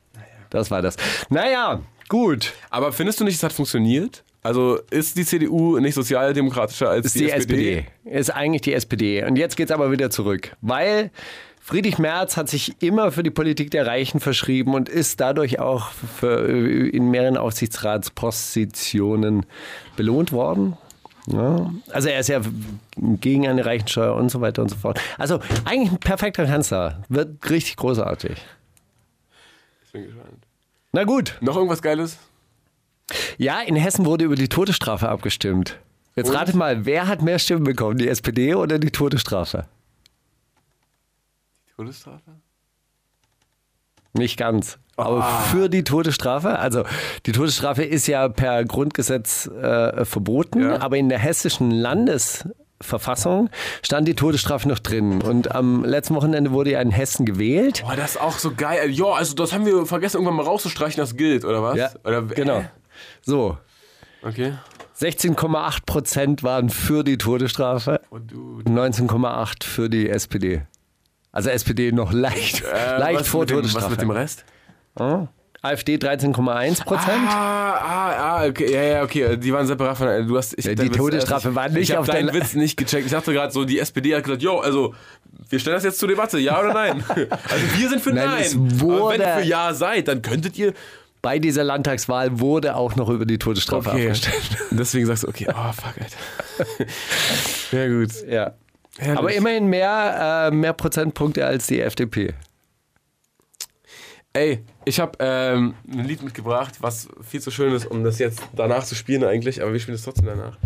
Das war das. Naja, gut.
Aber findest du nicht, es hat funktioniert? Also ist die CDU nicht sozialdemokratischer als
Ist die, SPD. Ist eigentlich die SPD. Und jetzt geht's aber wieder zurück. Weil Friedrich Merz hat sich immer für die Politik der Reichen verschrieben und ist dadurch auch für, in mehreren Aufsichtsratspositionen belohnt worden. Ja. Also er ist ja gegen eine Reichensteuer und so weiter und so fort. Also eigentlich ein perfekter Kanzler. Wird richtig großartig.
Ich bin gespannt.
Na gut.
Noch irgendwas Geiles?
Ja, in Hessen wurde über die Todesstrafe abgestimmt. Jetzt
Und?
rate mal, wer hat mehr Stimmen bekommen, die SPD oder die Todesstrafe?
Todesstrafe?
Nicht ganz.
Ah.
Aber für die Todesstrafe, also die Todesstrafe ist ja per Grundgesetz äh, verboten,
Ja.
aber in der hessischen Landes, Verfassung stand die Todesstrafe noch drin. Und am letzten Wochenende wurde ja in Hessen gewählt.
Boah, das ist auch so geil. Ja, also das haben wir vergessen, irgendwann mal rauszustreichen, das gilt, oder was?
Ja,
oder, Äh,
genau. So,
Okay.
16,8 Prozent waren für die Todesstrafe,
Oh, du.
19,8 für die SPD. Also SPD noch leicht,
Äh,
leicht
was
vor
mit dem, Was mit dem
Todesstrafe.
Rest?
AfD 13,1 Prozent.
Ah, ah, ah, okay, ja, ja, okay, die waren separat von, äh, du hast, ich
Ja,
hab
die
deinen Witz-
Todesstrafe
ich-
war nicht
ich hab
auf
deinen
dein-
Witz nicht gecheckt. Ich dachte gerade so, die SPD hat gesagt, jo, also, wir stellen das jetzt zur Debatte, ja oder nein? Also, wir sind für
Nein,
Nein.
es
Aber wenn
wurde-
ihr für Ja seid, dann könntet ihr,
Bei dieser Landtagswahl wurde auch noch über die Todesstrafe
okay.
abgestimmt.
Deswegen sagst du, okay, oh, fuck, Alter. Ja, gut.
Ja.
Herrlich.
Aber immerhin mehr, äh, mehr Prozentpunkte als die FDP.
Ey, ich habe ähm, ein Lied mitgebracht, was viel zu schön ist, um das jetzt danach zu spielen eigentlich, aber wir spielen es trotzdem danach.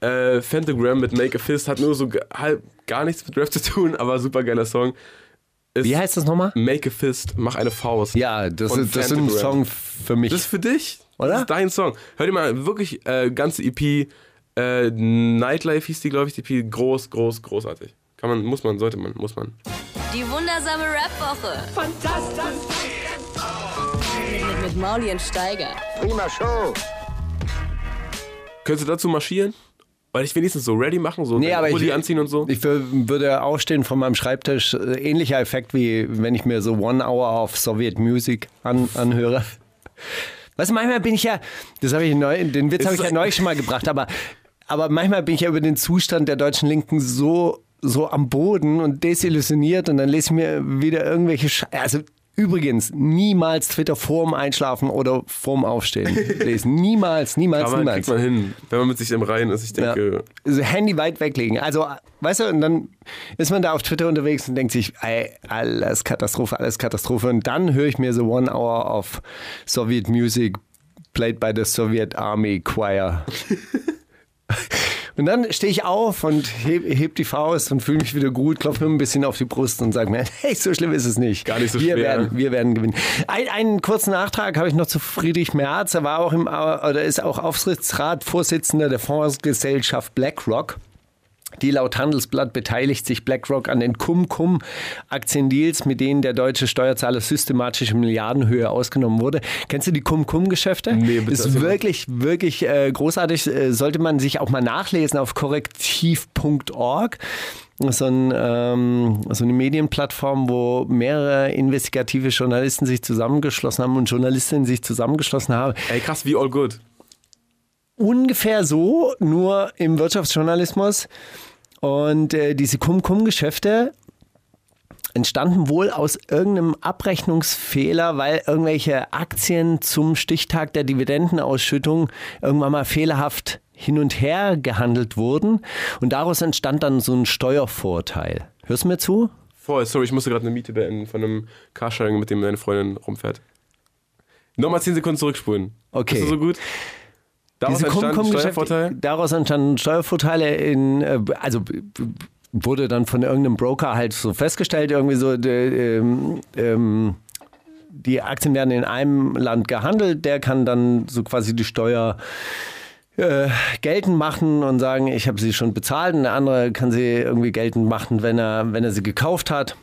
Äh, Phantogram mit Make a Fist hat nur so ge- halb gar nichts mit Rap zu tun, aber super geiler Song. Ist
Wie heißt das nochmal?
Make a Fist, mach eine Faust.
Ja, das,
Von
ist, das ist ein
Phantogram.
Song für mich.
Das ist für dich,
Oder?
Das ist dein Song. Hör dir mal wirklich äh, ganze EP äh, Nightlife hieß die, glaube ich, die EP groß, groß, großartig. Kann man, muss man, sollte man, muss man.
Die wundersame Rap-Woche. Fantastisch. Mit, mit Mauli und Steiger.
Könntest du dazu marschieren? Weil ich wenigstens so ready machen, so
Nee,
deinen
aber
Pulli
ich,
anziehen und so.
ich wür- würde aufstehen von meinem Schreibtisch. Äh, Ähnlicher Effekt wie wenn ich mir so One Hour auf Soviet Music an, anhöre. Weißt du, manchmal bin ich ja, das habe ich neu, den Witz
Es
habe
ist
ich ja
ein-
neulich schon mal gebracht, aber, aber manchmal bin ich ja über den Zustand der deutschen Linken so, so am Boden und desillusioniert und dann lese ich mir wieder irgendwelche Sche Also übrigens, niemals Twitter vorm Einschlafen oder vorm Aufstehen lesen. Niemals, niemals,
Aber
niemals.
kriegt man hin, wenn man mit sich im Reinen ist. Ich
Ja.
denke,
Also Handy weit weglegen. Also, weißt du, und dann ist man da auf Twitter unterwegs und denkt sich, ey, alles Katastrophe, alles Katastrophe. Und dann höre ich mir so One Hour of Soviet Music played by the Soviet Army Choir. und dann stehe ich auf und heb, heb die Faust und fühle mich wieder gut, klopfe mir ein bisschen auf die Brust und sage mir, hey, so schlimm ist es nicht.
Gar nicht so
wir
schwer.
Werden, wir werden gewinnen. Ein, einen kurzen Nachtrag habe ich noch zu Friedrich Merz. Er war auch im, äh, oder ist auch Aufsichtsratsvorsitzender der Fondsgesellschaft BlackRock. Die laut Handelsblatt beteiligt sich BlackRock an den Cum-Cum-Aktiendeals, mit denen der deutsche Steuerzahler systematisch in Milliardenhöhe ausgenommen wurde. Kennst du die Cum-Cum-Geschäfte?
Nee, bitte
Ist
erzähl mal.
wirklich, wirklich äh, großartig. Äh, sollte man sich auch mal nachlesen auf korrektiv.org. Das ist So, ein, ähm, so eine Medienplattform, wo mehrere investigative Journalisten sich zusammengeschlossen haben und Journalistinnen sich zusammengeschlossen haben,
ey, krass, wie all good.
ungefähr so, nur im Wirtschaftsjournalismus. Und äh, diese Cum-Cum-Geschäfte entstanden wohl aus irgendeinem Abrechnungsfehler, weil irgendwelche Aktien zum Stichtag der Dividendenausschüttung irgendwann mal fehlerhaft hin und her gehandelt wurden. Und daraus entstand dann so ein Steuervorteil. Hörst du mir zu?
Voll, sorry, ich musste gerade eine Miete beenden von einem Carsharing, mit dem deine Freundin rumfährt. Nochmal 10 Sekunden zurückspulen.
Okay.
Ist das so gut? Daraus
Diese
entstand ein
Cum-Cum-Geschäfte-
Steuervorteil.
Daraus entstanden Steuervorteile in, äh, also b- b- wurde dann von irgendeinem Broker halt so festgestellt, irgendwie so, äh, ähm, ähm, die Aktien werden in einem Land gehandelt, der kann dann so quasi die Steuer äh, geltend machen und sagen, ich habe sie schon bezahlt und der andere kann sie irgendwie geltend machen, wenn er, wenn er sie gekauft hat.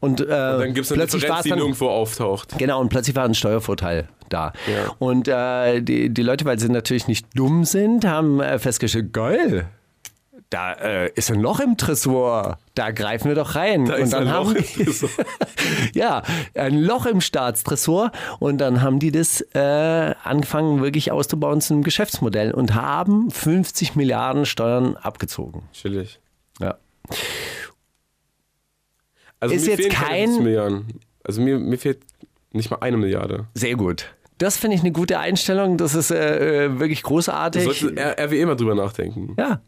Und, äh,
Dann gibt es eine
plötzlich war's
Differenz, die
dann-
nirgendwo auftaucht.
Genau, und plötzlich war ein Steuervorteil da.
Ja.
Und äh, die, die Leute, weil sie natürlich nicht dumm sind, haben äh, festgestellt, geil, da äh, ist ein Loch im Tresor, da greifen wir doch rein.
Da ist ein Loch
haben
im
die-
Tresor.
ja, ein Loch im Staatstresor und dann haben die das äh, angefangen wirklich auszubauen zu einem Geschäftsmodell und haben 50 Milliarden Steuern abgezogen.
Chillig.
Ja.
Also
Ist
mir
jetzt
fehlen
kein-
50 Milliarden. Also mir, mir fehlt nicht mal eine Milliarde.
Sehr gut. Das finde ich eine gute Einstellung, das ist äh, äh, wirklich großartig.
Sollte R- RWE mal drüber nachdenken.
Ja.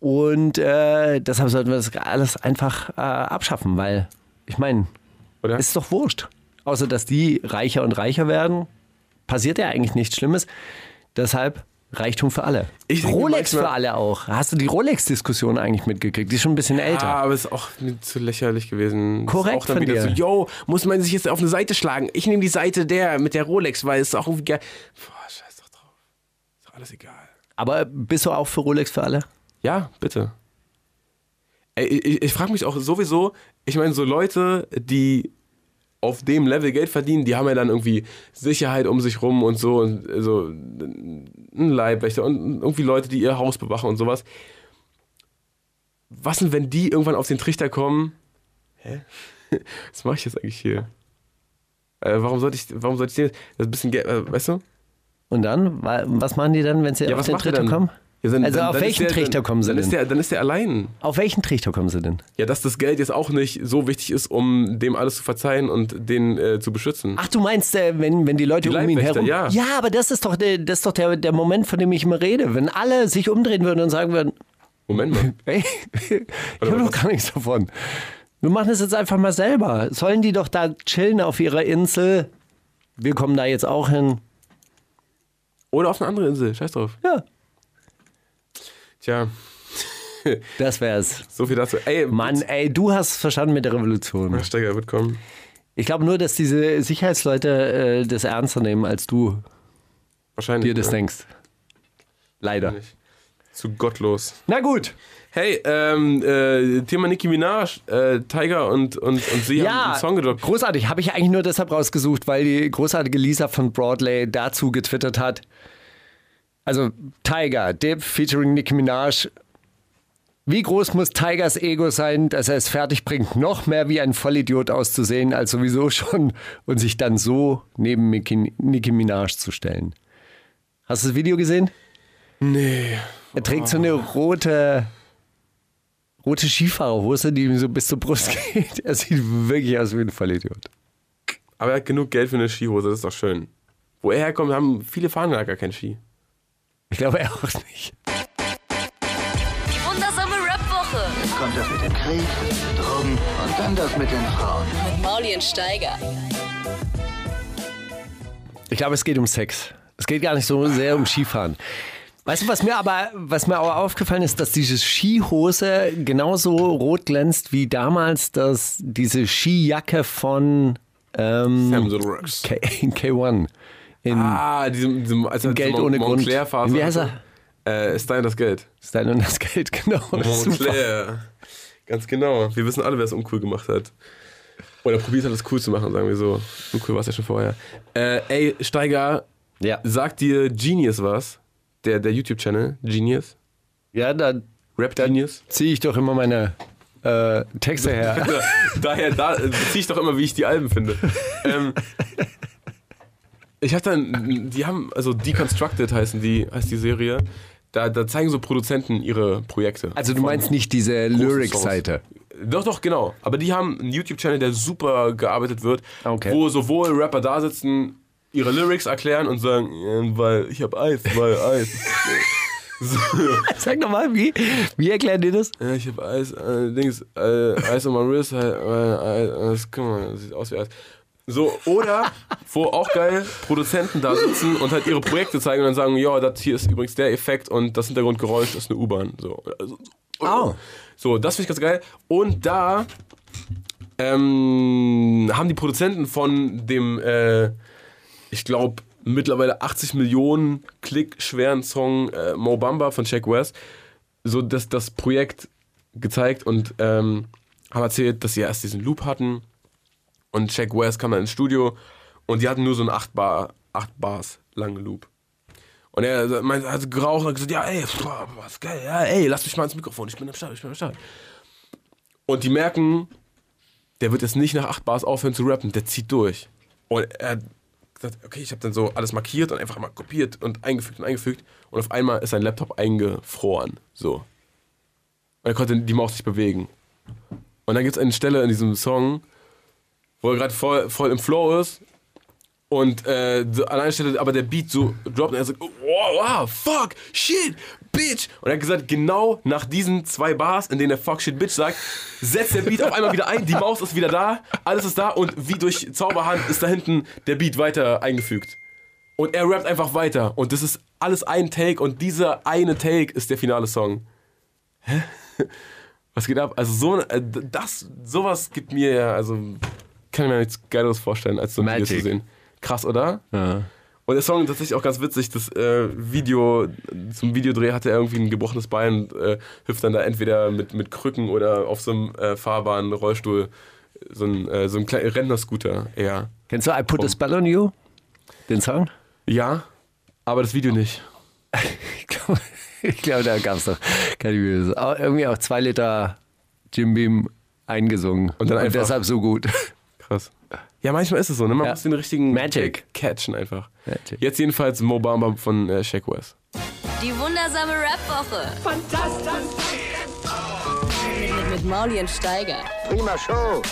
Und äh, deshalb sollten wir das alles einfach äh, abschaffen, weil ich meine,
Oder?
ist doch wurscht. Außer dass die reicher und reicher werden, passiert ja eigentlich nichts Schlimmes. Deshalb Reichtum für alle.
Ich denke
Rolex
manchmal-
für alle auch. Hast du die Rolex-Diskussion eigentlich mitgekriegt? Die ist schon ein bisschen älter.
Ah, aber ist auch mir zu lächerlich gewesen.
Korrekt
ist auch dann
von
wieder
dir.
so, yo, muss man sich jetzt auf eine Seite schlagen? Ich nehme die Seite der mit der Rolex, weil es ist auch irgendwie geil. Boah, scheiß doch drauf. Ist doch alles egal.
Aber bist du auch für Rolex für alle?
Ja, bitte. Ey, ich ich frage mich auch sowieso, ich meine, so Leute, die auf dem Level Geld verdienen, die haben ja dann irgendwie Sicherheit um sich rum und so, und äh, so ein Leibwächter und irgendwie Leute, die ihr Haus bewachen und sowas. Was denn, wenn die irgendwann auf den Trichter kommen? Hä? Was mache ich jetzt eigentlich hier? Äh, warum sollte ich, warum sollte ich dir das bisschen Geld, äh, weißt du?
Und dann, Wa- was machen die dann, wenn sie auf den
macht er
Trichter
dann?
kommen?
Ja, dann-
Also
dann-
auf
dann ist
welchen
der-
Trichter
dann,
kommen sie
dann ist
denn?
der, Dann ist der allein.
Auf welchen Trichter kommen sie denn?
Ja, dass das Geld jetzt auch nicht so wichtig ist, um dem alles zu verzeihen und den äh, zu beschützen.
Ach, du meinst, äh, wenn, wenn die Leute
Die
um ihn
Leibwächter,
herum.
ja.
aber das ist doch, der, das ist doch der, der Moment, von dem ich immer rede. Wenn alle sich umdrehen würden und sagen würden,
Moment mal.
Ey, ich habe
mal,
doch
was-
gar nichts davon. Wir machen es jetzt einfach mal selber. Sollen die doch da chillen auf ihrer Insel? Wir kommen da jetzt auch hin.
Oder auf eine andere Insel, scheiß drauf.
Ja,
Tja,
das wär's.
so viel dazu. Ey,
Mann, ey, du hast es verstanden mit der Revolution.
Steiger wird kommen.
Ich glaube nur, dass diese Sicherheitsleute äh, das ernster nehmen, als du
Wahrscheinlich.
dir das
ne?
denkst. Leider.
Zu gottlos.
Na gut.
Hey, ähm, äh, Thema Nicki Minaj, äh, Tiger und, und, und sie haben einen Song gedruckt.
großartig. Habe ich eigentlich nur deshalb rausgesucht, weil die großartige Lisa von Broadley dazu getwittert hat. Also Tiger, Dip featuring Nicki Minaj. Wie groß muss Tigers Ego sein, dass er es fertig bringt, noch mehr wie ein Vollidiot auszusehen als sowieso schon und sich dann so neben Nicki, Nicki Minaj zu stellen? Hast du das Video gesehen?
Nee.
Er trägt so eine
Oh.
rote, rote Skifahrerhose, die ihm so bis zur Brust geht. Er sieht wirklich aus wie ein Vollidiot.
Aber er hat genug Geld für eine Skihose, das ist doch schön. Wo er herkommt, haben viele fahren gar keinen Ski.
Ich glaube er auch nicht.
Die wundersame Rap-Woche.
Kommt das mit dem Krieg, Drogen und dann das mit den Frauen.
Mit Mauli und Steiger.
Ich glaube, es geht um Sex. Es geht gar nicht so sehr um Skifahren. Weißt du, was mir aber, was mir aber aufgefallen ist, dass diese Skihose genauso rot glänzt wie damals, dass diese Skijacke von ähm,
Sam the Rocks.
K K1 in
Ah, diesem, diesem, als er
Geld
zu Mon-
ohne Grund.
Montclair Phase
Wie heißt
hatte. Äh, Stein das Geld.
Stein und das Geld, genau. Super.
Montclair. Ganz genau. Wir wissen alle, wer es uncool gemacht hat. Oder probiert hat, es cool zu machen, sagen wir so. Uncool war es ja schon vorher. Äh, ey, Steiger,
Ja.
sagt dir Genius was? Der, der YouTube-Channel, Genius?
ja, da
Rap Genius?
ziehe ich doch immer meine äh, Texte her.
Da- Daher da, beziehe ich doch immer, wie ich die Alben finde. Ähm, ich habe dann, die haben, also Deconstructed heißen die, heißt die Serie. Da, da zeigen so Produzenten ihre Projekte.
Also du meinst nicht diese Lyric-Seite.
Doch, doch, genau. Aber die haben einen YouTube-Channel, der super gearbeitet wird,
Okay.
wo sowohl Rapper da sitzen, ihre Lyrics erklären und sagen, äh, weil ich habe Eis, weil Eis. so,
Sag nochmal, wie, wie erklären die das?
ja, ich habe Eis, äh, Dings, äh, Eis um mein Wrist, halt, äh, Eis, äh, das, guck mal, das sieht aus wie Eis. So, oder, wo auch geil Produzenten da sitzen und halt ihre Projekte zeigen und dann sagen, ja, das hier ist übrigens der Effekt und das Hintergrundgeräusch ist eine U-Bahn. So, also,
Oh.
so, das finde ich ganz geil. Und da ähm, haben die Produzenten von dem, äh, ich glaube, mittlerweile 80 Millionen Klick schweren Song äh, Mo Bamba von Shaq West so das, das Projekt gezeigt und ähm, haben erzählt, dass sie erst diesen Loop hatten und Shaq West kam dann ins Studio und die hatten nur so einen 8 Bar, 8 Bars langen Loop. Und er meint, er hat geraucht und hat gesagt, ja ey, pff, was geil, ja ey, lass mich mal ins Mikrofon, ich bin am Start, ich bin am Start. Und die merken, der wird jetzt nicht nach 8 Bars aufhören zu rappen, der zieht durch. Und er hat gesagt, okay, ich habe dann so alles markiert und einfach mal kopiert und eingefügt und eingefügt und auf einmal ist sein Laptop eingefroren, so. Und er konnte die Maus nicht bewegen. Und dann gibt es eine Stelle in diesem Song, wo er gerade voll, voll im Flow ist. Und äh, so an einer Stelle aber der Beat so droppt und er sagt, oh, wow, fuck, shit, bitch. Und er hat gesagt, genau nach diesen zwei Bars, in denen er fuck, shit, bitch sagt, setzt der Beat auf einmal wieder ein, die Maus ist wieder da, alles ist da und wie durch Zauberhand ist da hinten der Beat weiter eingefügt. Und er rappt einfach weiter und das ist alles ein Take und dieser eine Take ist der finale Song. Was geht ab? Also so äh, das sowas gibt mir ja, also kann ich mir nichts geileres vorstellen als so ein Video
Magic.
zu sehen. Krass, oder? Und der Song ist tatsächlich auch ganz witzig. Das äh, Video, zum Videodreh hatte er irgendwie ein gebrochenes Bein und äh, hüpft dann da entweder mit, mit Krücken oder auf so einem äh, fahrbaren Rollstuhl, so ein, äh, so ein kleiner Rentner-Scooter eher.
Kennst du I Put a Spell on You? Den Song?
Ja, aber das Video nicht.
Ich glaube, ich glaub, da gab es doch keine Videos. Au- Irgendwie auch zwei Liter Jim Beam eingesungen.
Und dann einfach-
deshalb so gut.
Krass. Ja, manchmal ist es so, ne? Man
Ja.
muss den richtigen
Magic.
catchen einfach.
Magic.
Jetzt jedenfalls Mo Bamba von äh, Shaq West.
Die wundersame Rap-Woche.
Mit, mit Mauli und Steiger.
Prima Show.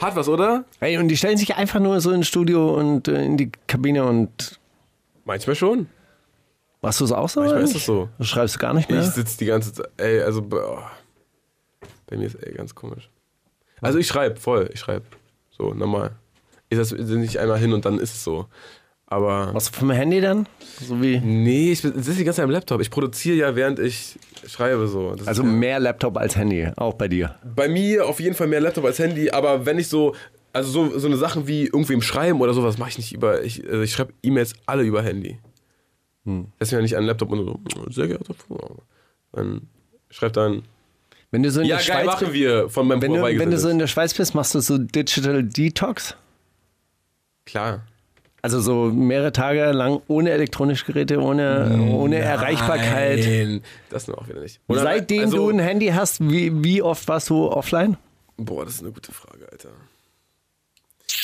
Hat was, oder?
Ey, und die stellen sich einfach nur so ins Studio und äh, in die Kabine und
Manchmal schon.
machst du es auch so?
Manchmal
oder
ist
nicht?
es so.
Das schreibst du gar nicht mehr?
Ich sitze die ganze Zeit. Ey, also. boah. Bei mir ist ey, ganz komisch. Also ich schreibe, voll, ich schreibe. So, normal. Ich setze nicht einmal hin und dann ist es so. Aber.
Machst du vom Handy dann? So wie,
Nee, ich sitze die ganze Zeit am Laptop. Ich produziere ja, während ich schreibe so. Das
also
ist,
mehr Laptop als Handy, auch bei dir.
bei mir auf jeden Fall mehr Laptop als Handy, aber wenn ich so. Also so, so eine Sachen wie irgendwem schreiben oder sowas mache ich nicht über. Ich, also ich schreibe E-Mails alle über Handy.
Hm.
Lass mich ja nicht an den Laptop und so, "Oh, sehr geehrter Frau. Dann schreibt dann
Wenn du so in
Ja,
der
geil,
Schweiz
machen wir von meinem
wenn du, wenn du so
Vorbeigesendet.
in der Schweiz bist, machst du so Digital Detox?
Klar.
Also so mehrere Tage lang ohne elektronische Geräte, ohne, ohne Erreichbarkeit.
Nein, das nur auch wieder nicht. Oder-
Seitdem
also-
du ein Handy hast, wie, wie oft warst du offline?
Boah, das ist eine gute Frage, Alter. Äh,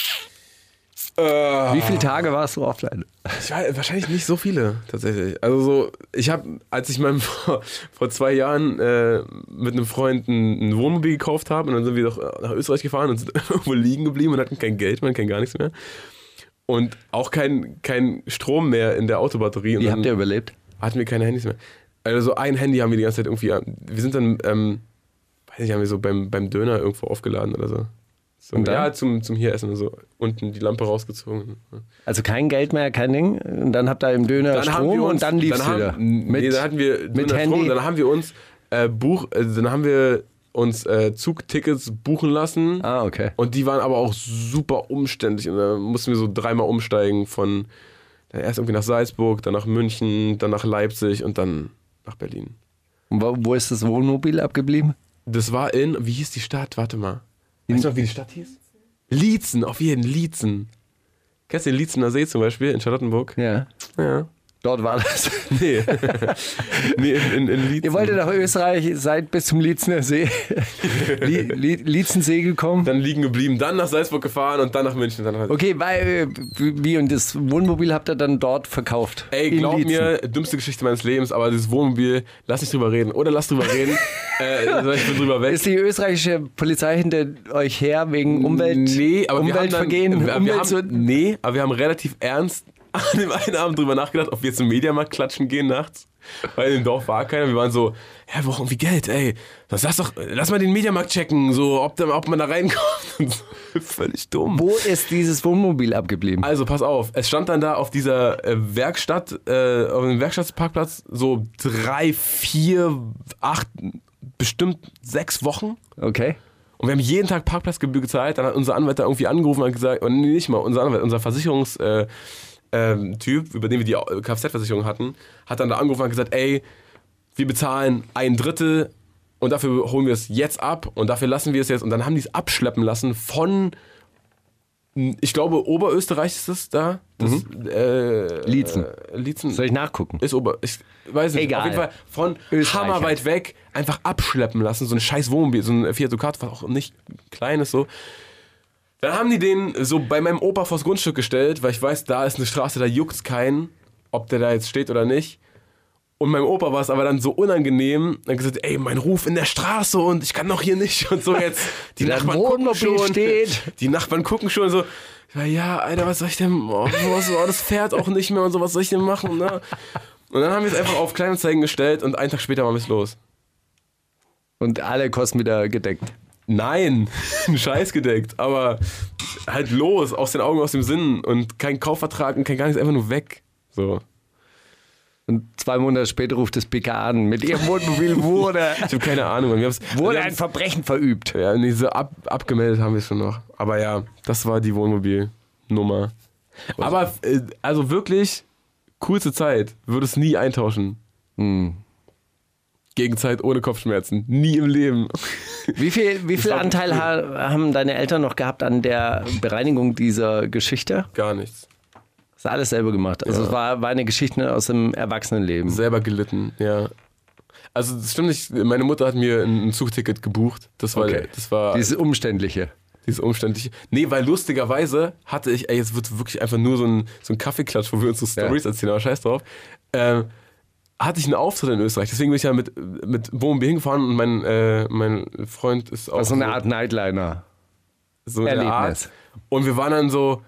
Wie
Ah.
viele Tage warst du offline?
ich weiß, wahrscheinlich nicht so viele, tatsächlich. Also so, ich habe, als ich meinem vor, vor zwei Jahren äh, mit einem Freund ein, ein Wohnmobil gekauft habe und dann sind wir doch nach Österreich gefahren und sind irgendwo liegen geblieben und hatten kein Geld mehr, kein gar nichts mehr. Und auch kein, kein Strom mehr in der Autobatterie. Und
Wie
dann-
habt ihr überlebt?
hatten wir keine Handys mehr. Also ein Handy haben wir die ganze Zeit irgendwie. äh, Wir sind dann, ähm, weiß nicht, haben wir so beim, beim Döner irgendwo aufgeladen oder so. so
Und dann?
Ja, zum, zum hier essen und so. Unten die Lampe rausgezogen.
Also kein Geld mehr, kein Ding. Und dann habt ihr im Döner Strom und dann liefst
dann
du
haben,
wieder.
Mit, nee, dann hatten wir
mit
Döner Strom,
Handy.
dann haben wir uns äh, Buch, äh, dann haben wir uns äh, Zugtickets buchen lassen.
ah, okay.
Und die waren aber auch super umständlich. Und da mussten wir so dreimal umsteigen von dann erst irgendwie nach Salzburg, dann nach München, dann nach Leipzig und dann nach Berlin.
Und wo, wo ist das Wohnmobil abgeblieben?
Das war in, wie hieß die Stadt? Warte mal. Weißt du noch, wie die Stadt hieß? Liezen, auf jeden Liezen. Kennst du den Lietzener See zum Beispiel in Charlottenburg?
Ja.
Ja.
Dort war das.
Nee. nee, in, in, in Liezen.
Ihr wolltet nach Österreich, seid bis zum Lietzener See, Lie- Lie- Lietzensee gekommen.
dann liegen geblieben, dann nach Salzburg gefahren und dann nach München. Dann halt, nach
Okay, weil, äh, wie und das Wohnmobil habt ihr dann dort verkauft?
Ey,
In
glaub
Liezen.
mir, dümmste Geschichte meines Lebens, aber dieses Wohnmobil, lass nicht drüber reden. Oder lass drüber reden. äh, ich bin drüber weg.
Ist die österreichische Polizei hinter euch her wegen Umwelt,
nee, aber
Umweltvergehen?
Wir haben dann, wir, wir
Umweltsünden?
haben, nee, aber wir haben relativ ernst an dem einen Abend drüber nachgedacht, ob wir zum Mediamarkt klatschen gehen nachts. Weil im Dorf war keiner. Wir waren so, ja, wir brauchen irgendwie Geld, ey. Das lass doch, lass mal den Mediamarkt checken, so, ob, da, ob man da reinkommt. Und so. Völlig dumm.
Wo ist dieses Wohnmobil abgeblieben?
Also, pass auf, es stand dann da auf dieser äh, Werkstatt, äh, auf dem Werkstattparkplatz so drei, vier, acht, bestimmt sechs Wochen.
Okay.
Und wir haben jeden Tag Parkplatzgebühr gezahlt. Dann hat unser Anwalt da irgendwie angerufen und hat gesagt, und nee, nicht mal, unser Anwalt, unser Versicherungs... Äh, ähm, Typ, über den wir die äh, Kfz-Versicherung hatten, hat dann da angerufen und hat gesagt, ey, wir bezahlen ein Drittel und dafür holen wir es jetzt ab und dafür lassen wir es jetzt. Und dann haben die es abschleppen lassen von, m, ich glaube, Oberösterreich ist es da. Das, äh,
Liezen.
äh, Liezen.
Soll ich nachgucken?
Ist Ober. Ich weiß nicht.
Egal.
Auf jeden Fall von
Österreicher.
hammerweit weg einfach abschleppen lassen. So ein scheiß Wohnmobil, so ein Fiat Ducato, was auch nicht klein ist so. Dann haben die den so bei meinem Opa vors Grundstück gestellt, weil ich weiß, da ist eine Straße, da juckt's keinen, ob der da jetzt steht oder nicht. Und meinem Opa war es aber dann so unangenehm, dann gesagt, ey, mein Ruf in der Straße und ich kann doch hier nicht und so jetzt. Die
Das
Nachbarn gucken
Wohnmobil
schon.
steht.
Die Nachbarn gucken schon so, ja, ja, Alter, was soll ich denn, oh, was, oh, das fährt auch nicht mehr und so, was soll ich denn machen, ne? Und dann haben wir es einfach auf Kleinanzeigen gestellt und einen Tag später waren wir es los.
Und alle Kosten wieder gedeckt.
Nein, ein Scheiß gedeckt, aber halt los, aus den Augen, aus dem Sinn und kein Kaufvertrag und kein gar nichts, einfach nur weg. So.
Und zwei Monate später ruft das BK an. Mit ihrem Wohnmobil wurde,
Ich habe keine Ahnung, Mann. wir haben's- wir
wurde ein
haben's-
Verbrechen verübt.
Ja, nee, so ab, abgemeldet haben wir es schon noch. Aber ja, das war die Wohnmobilnummer. Aber äh, also wirklich coolste Zeit, würde es nie eintauschen. Hm. Gegen Zeit ohne Kopfschmerzen, nie im Leben.
Wie viel, wie viel
war
Anteil
cool.
ha- haben deine Eltern noch gehabt an der Bereinigung dieser Geschichte?
Gar nichts.
Das ist alles selber gemacht. Also es war, war eine Geschichte aus dem Erwachsenenleben.
Selber gelitten, ja. Also das stimmt nicht, meine Mutter hat mir ein ein Zugticket gebucht. Das war, das war
Dieses Umständliche.
Dieses umständliche. Nee, weil lustigerweise hatte ich, ey, jetzt wird wirklich einfach nur so ein, so ein Kaffeeklatsch, wo wir uns so Stories erzählen, aber scheiß drauf. Ähm, hatte ich einen Auftritt in Österreich, deswegen bin ich ja mit, mit BOMB hingefahren und mein, äh, mein Freund ist auch.
War so eine Art Nightliner.
so eine
Erlebnis.
Art. Und wir waren dann so,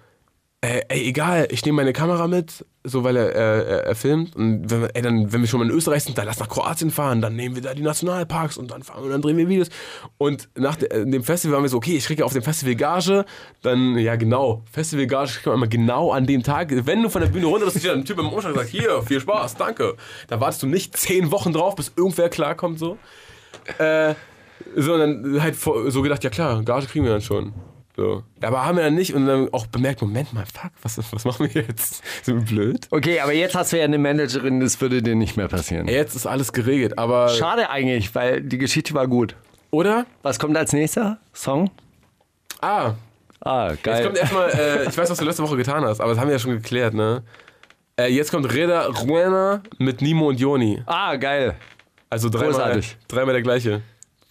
äh, ey, egal, ich nehme meine Kamera mit, so weil er, äh, er, er filmt. Und wenn, wir- ey, dann, wenn wir schon mal in Österreich sind, dann lass nach Kroatien fahren, dann nehmen wir da die Nationalparks und dann fahren wir, dann drehen wir Videos. Und nach de, äh, dem Festival waren wir so, okay, ich kriege auf dem Festival Gage, dann, ja genau, Festival Gage kriegt man immer genau an dem Tag. Wenn du von der Bühne runter bist, steht dann ein Typ im Umschlag und sagt, hier, viel Spaß, danke. Da wartest du nicht zehn Wochen drauf, bis irgendwer klarkommt so. Äh, so, und dann halt vor- so gedacht, ja klar, Gage kriegen wir dann schon. So. Aber haben wir dann nicht und dann auch bemerkt, Moment mal, fuck, was, was machen wir jetzt? Sind wir blöd?
Okay, aber jetzt hast du ja eine Managerin, das würde dir nicht mehr passieren.
Jetzt ist alles geregelt, aber.
Schade eigentlich, weil die Geschichte war gut.
Oder?
Was kommt als nächster Song?
Ah,
Ah,
jetzt
geil.
kommt erstmal, äh, ich weiß, was du letzte Woche getan hast, aber das haben wir ja schon geklärt, ne? Äh, jetzt kommt Reda Ruena mit Nimo und Joni.
ah, geil.
Also dreimal,
Großartig.
dreimal der gleiche.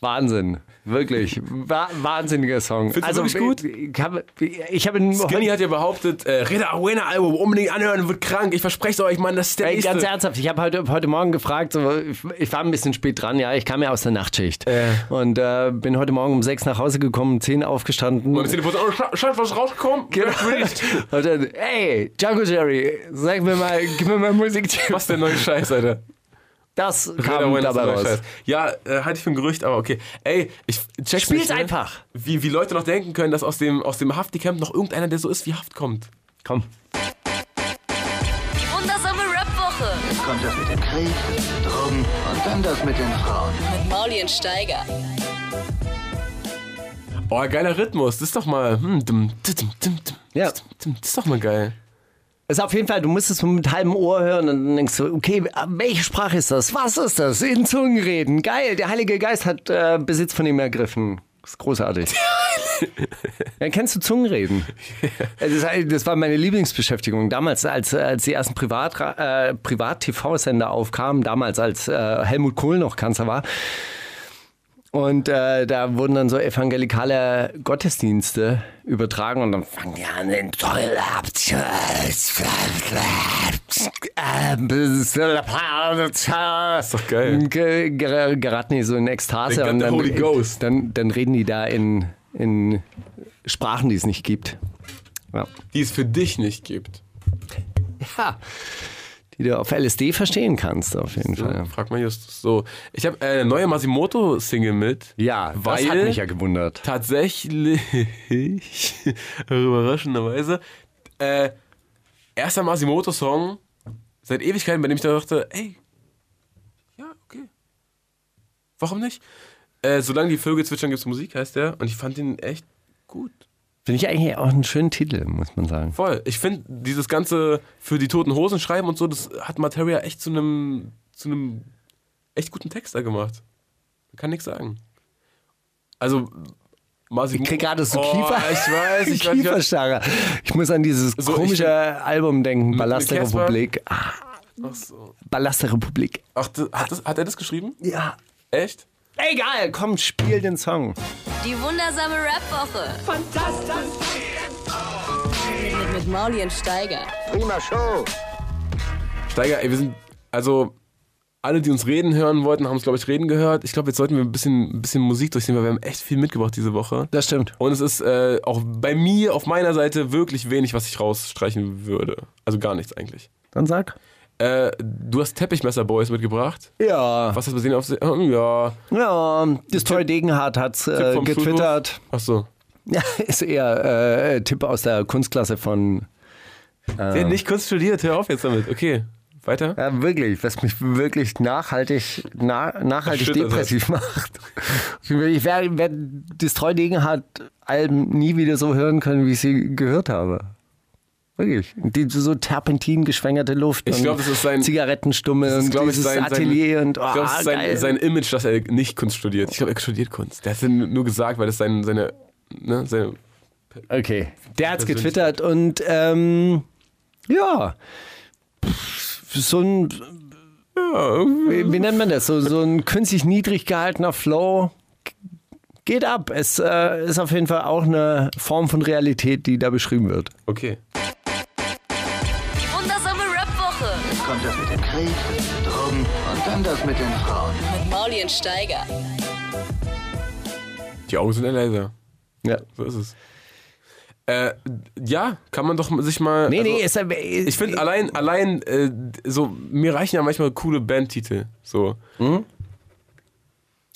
Wahnsinn. Wirklich. Wa wahnsinniger Song. Also,
Findest du wirklich
Ich habe, ich habe
Skinny hat ja behauptet, äh, Reda Ruena Album unbedingt anhören, wird krank. Ich verspreche es euch, Mann, das ist der
Ey,
nächste.
ganz ernsthaft, ich habe heute, heute Morgen gefragt, so, ich- ich war ein bisschen spät dran, ja, ich kam ja aus der Nachtschicht und äh, bin heute Morgen um sechs nach Hause gekommen, um zehn aufgestanden.
Mal ein bisschen die Pose- Oh, scha- schaut, was ist rausgekommen?
Genau. und dann, ey, Django Jerry, sag mir mal, gib mir mal Musik.
Was der neue Scheiß, Alter.
Das
Reda
kam
Wayne ist
dabei
der neue
raus.
Scheiß. Ja, äh, halte ich für ein Gerücht, aber okay. Ey, ich check's
Spiel's
nicht, ne?
einfach.
Wie, wie Leute noch denken können, dass aus dem, aus dem Hafti Camp noch irgendeiner, der so ist wie Haft, kommt.
Komm.
Die wundersame Rap-Woche.
Kommt das mit dem Krieg, Drogen und dann das mit den Frauen.
Mit Maulien Steiger.
Oh, geiler Rhythmus. Das ist doch mal. Hm, dum, dum, dum, dum,
Ja.
dum, dum. Das ist doch mal geil.
Ist auf jeden Fall, du musst es mit halbem Ohr hören und dann denkst du, okay, welche Sprache ist das? Was ist das? In Zungen reden. Geil, der Heilige Geist hat äh, Besitz von ihm ergriffen. Ist großartig. Dann kennst du Zungenreden. Das, ist eigentlich- das war meine Lieblingsbeschäftigung. Damals, als, als die ersten Privat, äh, Privat-TV-Sender aufkamen, damals, als äh, Helmut Kohl noch Kanzler war. Und äh, da wurden dann so evangelikale Gottesdienste übertragen und dann fangen die an, den Teufel ab. Ist
doch geil.
Geraten die so in Ekstase.
They got
und
the
dann,
Holy Ghost.
Dann, dann reden die da in, in Sprachen, die es nicht gibt. Ja.
Die es für dich nicht gibt.
Ha. Die du auf LSD verstehen kannst, auf jeden
So,
Fall.
Frag mal Justus. So, ich habe eine neue Masimoto-Single mit.
Ja,
weil
das hat mich ja gewundert.
tatsächlich überraschenderweise äh, erster Masimoto-Song seit Ewigkeiten, bei dem ich da dachte, ey, ja, okay. Warum nicht? Äh, Solange die Vögel zwitschern, gibt's Musik, heißt der. Und ich fand ihn echt gut.
Finde ich eigentlich auch einen schönen Titel, muss man sagen.
Voll. Ich finde, dieses ganze für die toten Hosen schreiben und so, das hat Materia echt zu einem zu einem echt guten Texter gemacht. Man kann nichts sagen. Also, Marci,
Ich krieg gerade so
oh,
Kiefer.
Ich weiß, ich weiß. Ich weiß.
Kieferstarre. Ich muss an dieses
So, ich
komische Album denken, Ballast der
Casper?
Republik. Ah,
Ach, so.
Ballast der Republik.
Ach das, hat, das, hat er das geschrieben?
Ja.
Echt?
Egal, komm, spiel den Song.
Die wundersame Rap-Woche.
Mit Maulien Steiger.
Prima Show.
Steiger, ey, wir sind, also, alle, die uns reden hören wollten, haben uns, glaube ich, reden gehört. Ich glaube, jetzt sollten wir ein bisschen, ein bisschen Musik durchnehmen, weil wir haben echt viel mitgebracht diese Woche.
Das stimmt.
Und es ist äh, auch bei mir, auf meiner Seite, wirklich wenig, was ich rausstreichen würde. Also gar nichts eigentlich.
Dann sag.
Äh, du hast Teppichmesser Boys mitgebracht.
Ja.
Was hast du gesehen auf sie? Ähm, ja.
Ja, das Toy Degenhardt hat's
Tipp
äh,
vom
getwittert.
Ach so.
Ja, ist eher äh, Tipp aus der Kunstklasse von. Ähm.
Der hat nicht Kunst studiert, hör auf jetzt damit. Okay. Weiter?
Ja, wirklich, was mich wirklich nachhaltig, na, nachhaltig
Erschüttert hat.
depressiv macht. Ich werde werd das Treu Degenhardt-Alben nie wieder so hören können, wie ich sie gehört habe. Wirklich. Die, so Terpentin geschwängerte Luft.
Ich
und
glaub, das ist sein-
Zigarettenstumme
Das ist,
und
glaub
dieses Atelier und oh,
ich glaub, es ist
geil.
sein, sein Image, dass er nicht Kunst studiert. Ich glaube, er studiert Kunst. Der hat es nur gesagt, weil das sein, seine, ne, seine.
Okay. Der hat's
Persönlich.
getwittert und ähm, ja. Pff, So ein, wie, wie nennt man das? So, so ein künstlich niedrig gehaltener Flow. G- Geht ab. Es äh, ist auf jeden Fall auch eine Form von Realität, die da beschrieben wird.
Okay.
Die wundersame Rap-Woche.
Kommt das mit dem Krieg, Drogen und dann das mit den Frauen.
Mit Mauli und Steiger.
Die Augen sind ein Laser.
Ja.
So ist es. Äh, ja, kann man doch sich mal.
Nee,
also,
nee, äh, ist, ist,
Ich also finde allein, allein äh, so, mir reichen ja manchmal coole Bandtitel. So.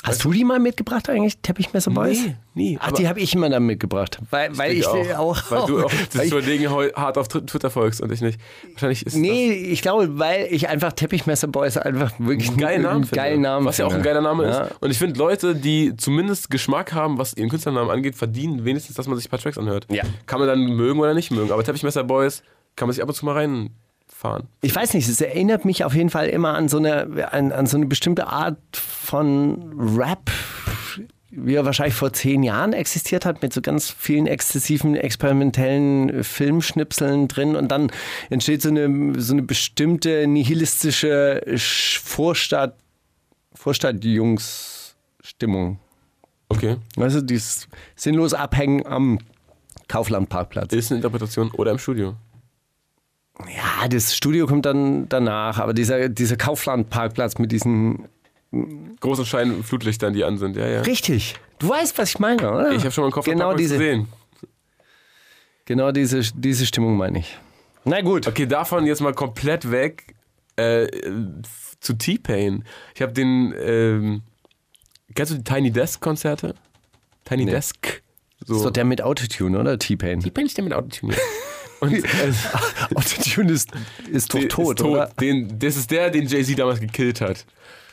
Hast du die mal mitgebracht eigentlich, Teppichmesser Boys?
Nee, nie,
Ach,
aber-
die habe ich immer dann mitgebracht. Weil, weil ich,
Denk
auch,
Weil du auch
weil
das
ich,
Überlegen heu- hart auf Tw- Twitter folgst und ich nicht. Wahrscheinlich ist
Nee, ich glaube, weil ich einfach Teppichmesser Boys einfach wirklich
das ein geiler Name.
einen
finde.
geilen Namen
Was ja auch ein
finde.
geiler Name
Ja.
ist. Und ich finde, Leute, die zumindest Geschmack haben, was ihren Künstlernamen angeht, verdienen wenigstens, dass man sich ein paar Tracks anhört.
Ja.
Kann man dann mögen oder nicht mögen. Aber Teppichmesser Boys kann man sich ab und zu mal reinfahren.
Ich weiß nicht, es erinnert mich auf jeden Fall immer an so eine, an, an so eine bestimmte Art von Rap, wie er wahrscheinlich vor zehn Jahren existiert hat, mit so ganz vielen exzessiven, experimentellen Filmschnipseln drin. Und dann entsteht so eine, so eine bestimmte nihilistische Sch- Vorstadt, Vorstadtjungs-Stimmung.
Okay.
Weißt du, dieses sinnlos Abhängen am Kauflandparkplatz.
Ist eine Interpretation oder im Studio.
Ja, das Studio kommt dann danach, aber dieser, dieser Kauflandparkplatz mit diesen.
Großen Schein Flutlichtern, die an sind. Ja, ja.
Richtig. Du weißt, was ich meine, oder?
Ich habe schon mal einen Kopf
genau diese,
gesehen.
Genau diese, diese Stimmung meine ich. Na gut.
Okay, davon jetzt mal komplett weg äh, f- zu T-Pain. Ich habe den. Ähm, kennst du die Tiny Desk Konzerte? Tiny
Nee.
Desk. So.
Ist doch der mit Autotune, oder? T-Pain.
T-Pain ist der mit Autotune. ja. Und äh,
Autotune ist, ist doch
die-
tot,
ist tot.
oder?
Den, das ist der, den Jay-Z damals gekillt hat.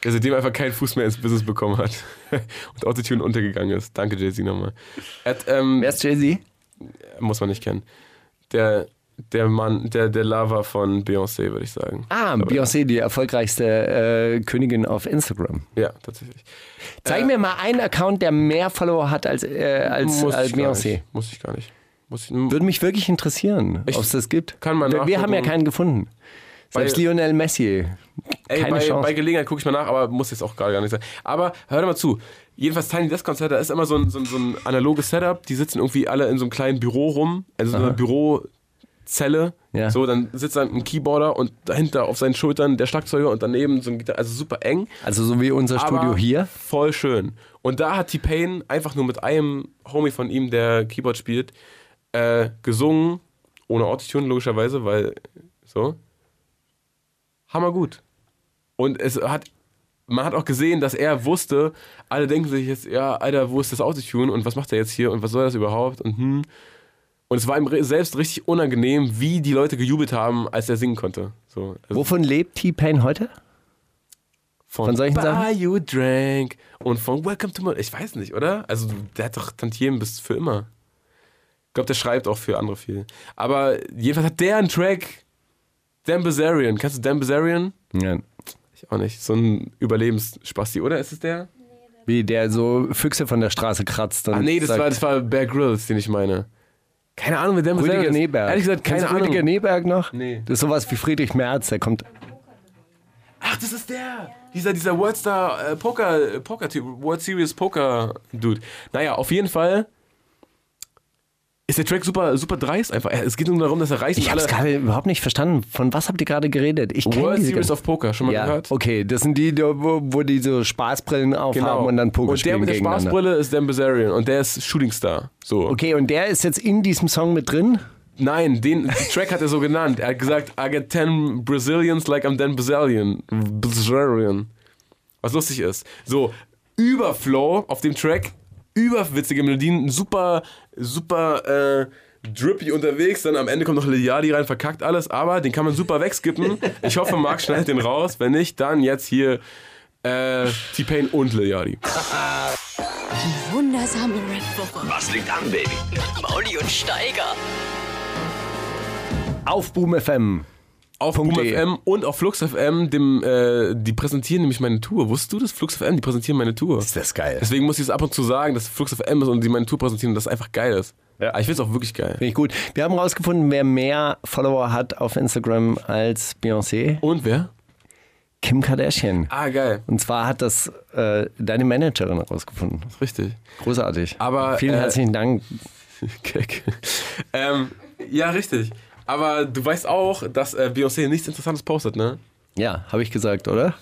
Der seitdem einfach keinen Fuß mehr ins Business bekommen hat. Und Autotune untergegangen ist. Danke, Jay-Z nochmal. Er hat, ähm,
Wer ist Jay-Z?
muss man nicht kennen. Der, der Mann, der, der Lava von Beyoncé, würde ich sagen.
Ah,
Aber-
Beyoncé, die erfolgreichste äh, Königin auf Instagram.
Ja, tatsächlich. Äh.
Zeig mir mal einen Account, der mehr Follower hat als, äh, als,
Muss
als
ich gar
Beyoncé.
nicht. Muss ich gar nicht. Muss ich,
Würde mich wirklich interessieren,
Ich
ob es das gibt.
kann mal
wir, wir haben ja
nachgucken.
keinen gefunden. Selbst
Bei-
Lionel Messi.
ey,
keine
bei,
Chance.
bei Gelegenheit gucke ich mal nach, aber muss jetzt auch gerade gar nicht sein. Aber hör doch mal zu. Jedenfalls Tiny Desk Konzert, da ist immer so ein, so, ein, so ein analoges Setup. Die sitzen irgendwie alle in so einem kleinen Büro rum, also so einer Bürozelle.
Ja.
So, dann sitzt dann ein Keyboarder und dahinter auf seinen Schultern der Schlagzeuger und daneben so ein Gitarre, also super eng.
Also so wie unser Studio
aber
hier.
Voll schön. Und da hat T-Pain einfach nur mit einem Homie von ihm, der Keyboard spielt, äh, gesungen, ohne Autotune logischerweise, weil so. Hammergut. Und es hat, man hat auch gesehen, dass er wusste, alle denken sich jetzt, ja, Alter, wo ist das Autotune und was macht er jetzt hier und was soll das überhaupt und hm. Und es war ihm ri- selbst richtig unangenehm, wie die Leute gejubelt haben, als er singen konnte. So, also
Wovon lebt T-Pain heute? von solchen
Buy
Sachen?
You Drank und von Welcome to My... Ich weiß nicht, oder? Also der hat doch Tantiemen bis für immer. Ich glaube, der schreibt auch für andere viel. Aber jedenfalls hat der einen Track. Dan Bazarian. Kennst du Dan Bazarian?
Ja.
Ich auch nicht. So ein Überlebensspasti, oder? Ist es der?
Wie der so Füchse von der Straße kratzt. Und
Ah nee, das
sagt,
war, das war Bear Grylls, den ich meine. Keine Ahnung, wer Dan Bazarian
Rüdiger
ist.
Neberg.
Ehrlich gesagt, keine
Kennst du Rüdiger
Ahnung.
Neberg noch?
Nee.
Das ist sowas wie Friedrich Merz, der kommt.
Ach, das ist der! Dieser, dieser Worldstar äh, Poker, äh, Poker-Typ, World Series Poker-Dude. Naja, auf jeden Fall ist der Track super, super dreist einfach. Es geht nur darum, dass er reich ist.
Ich hab's
alle-
gerade überhaupt nicht verstanden. Von was habt ihr gerade geredet? Ich kenn
World
diese
Series
gar-
of Poker, schon mal
ja,
gehört?
okay, das sind die, die- wo, wo die so Spaßbrillen aufhaben und dann Poker
Genau. Und der
spielen
mit der
gegeneinander.
Spaßbrille ist Dan Bazarian und der ist Shooting Star. So.
Okay, und der ist jetzt in diesem Song mit drin?
Nein, den Track hat er so genannt. Er hat gesagt, I get 10 Brazilians like I'm Dan Bazarian. Bazarian. Was lustig ist. So, Überflow auf dem Track, überwitzige Melodien, super, super äh, drippy unterwegs. Dann am Ende kommt noch Liliadi rein, verkackt alles, aber den kann man super wegskippen. Ich hoffe, Marc schneidet den raus. Wenn nicht, dann jetzt hier äh, T-Pain und Liliadi.
Wundersame Rap-Woche.
Was liegt an, Baby?
Mauli und Steiger.
Auf Boom FM.
Auf Boom
.de.
FM und auf Flux FM, dem, äh, die präsentieren nämlich meine Tour. Wusstest du das? Flux FM, die präsentieren meine Tour.
Ist das geil.
Deswegen muss ich es ab und zu sagen, dass Flux FM ist und die meine Tour präsentieren und das einfach geil ist.
Ja.
Aber ich finde es auch wirklich geil.
Finde ich gut. Wir haben rausgefunden, wer mehr Follower hat auf Instagram als Beyoncé.
Und wer?
Kim Kardashian.
Ah, geil.
Und zwar hat das äh, deine Managerin rausgefunden.
Das ist richtig.
Großartig.
Aber,
Vielen
äh,
herzlichen Dank.
Keck. ähm, ja, richtig. Aber du weißt auch, dass äh, Beyoncé nichts Interessantes postet, ne?
Ja, habe ich gesagt, oder?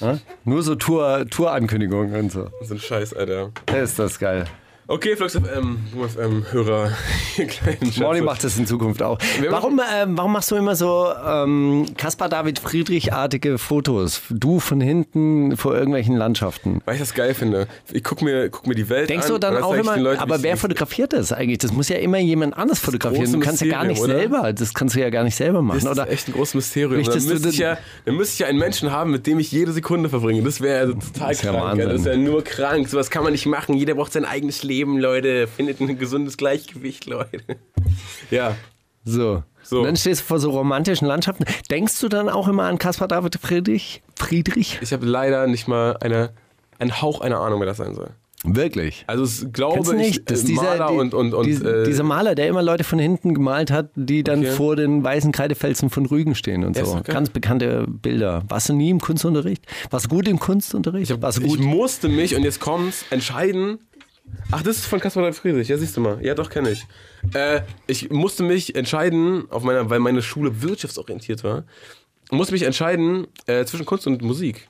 Ja? Nur so Tour- Tour-Ankündigungen und so.
So ein Scheiß, Alter.
Ist das geil.
Okay, Flux FM, Boom FM, Hörer, ihr kleinen Schätze.
Mauli macht das in Zukunft auch.
Wir
Warum, ähm, warum machst du immer so ähm, Kaspar David Friedrich-artige Fotos? Du von hinten vor irgendwelchen Landschaften.
Weil ich das geil finde. Ich guck mir, guck mir die Welt
Denkst
an.
du dann
und
auch
zeig ich
immer,
den Leuten, wie
aber
ich-
wer fotografiert das eigentlich? Das muss ja immer jemand anders fotografieren.
große
Du kannst ja gar
Mysterium,
nicht
oder?
selber, das kannst du ja gar nicht selber machen.
Das ist
oder?
echt ein großes Mysterium.
Richtest
Dann
du
müsste, ich
den-
ja, dann müsste ich ja einen Menschen haben, mit dem ich jede Sekunde verbringe. Das wäre also total
Das ist ja
krank.
Wahnsinn.
ja. Das ist ja nur krank. Sowas kann man nicht machen. Jeder braucht sein eigenes Leben, Leute. Findet ein gesundes Gleichgewicht, Leute. Ja.
So.
So.
Und dann stehst du vor so romantischen Landschaften. Denkst du dann auch immer an Kaspar David Friedrich? Friedrich?
Ich habe leider nicht mal eine, einen Hauch einer Ahnung, wer das sein soll.
Wirklich?
Also es
Kannst du
glaube ich,
nicht, dass
äh,
dieser,
Maler
die-
und, und, und
dies-
äh,
dieser Maler, der immer Leute von hinten gemalt hat, die dann
Okay.
vor den weißen Kreidefelsen von Rügen stehen und
Ja, ist
so.
doch geil.
Ganz bekannte Bilder. Warst du nie im Kunstunterricht? Warst du gut im Kunstunterricht?
ich, hab,
Warst du
ich
gut?
musste mich, und jetzt kommt's, entscheiden. Ach, das ist von Kaspar David Friedrich, ja, siehst du mal. Ja, doch, kenne ich. Äh, ich musste mich entscheiden, auf meiner, weil meine Schule wirtschaftsorientiert war, musste mich entscheiden äh, zwischen Kunst und Musik.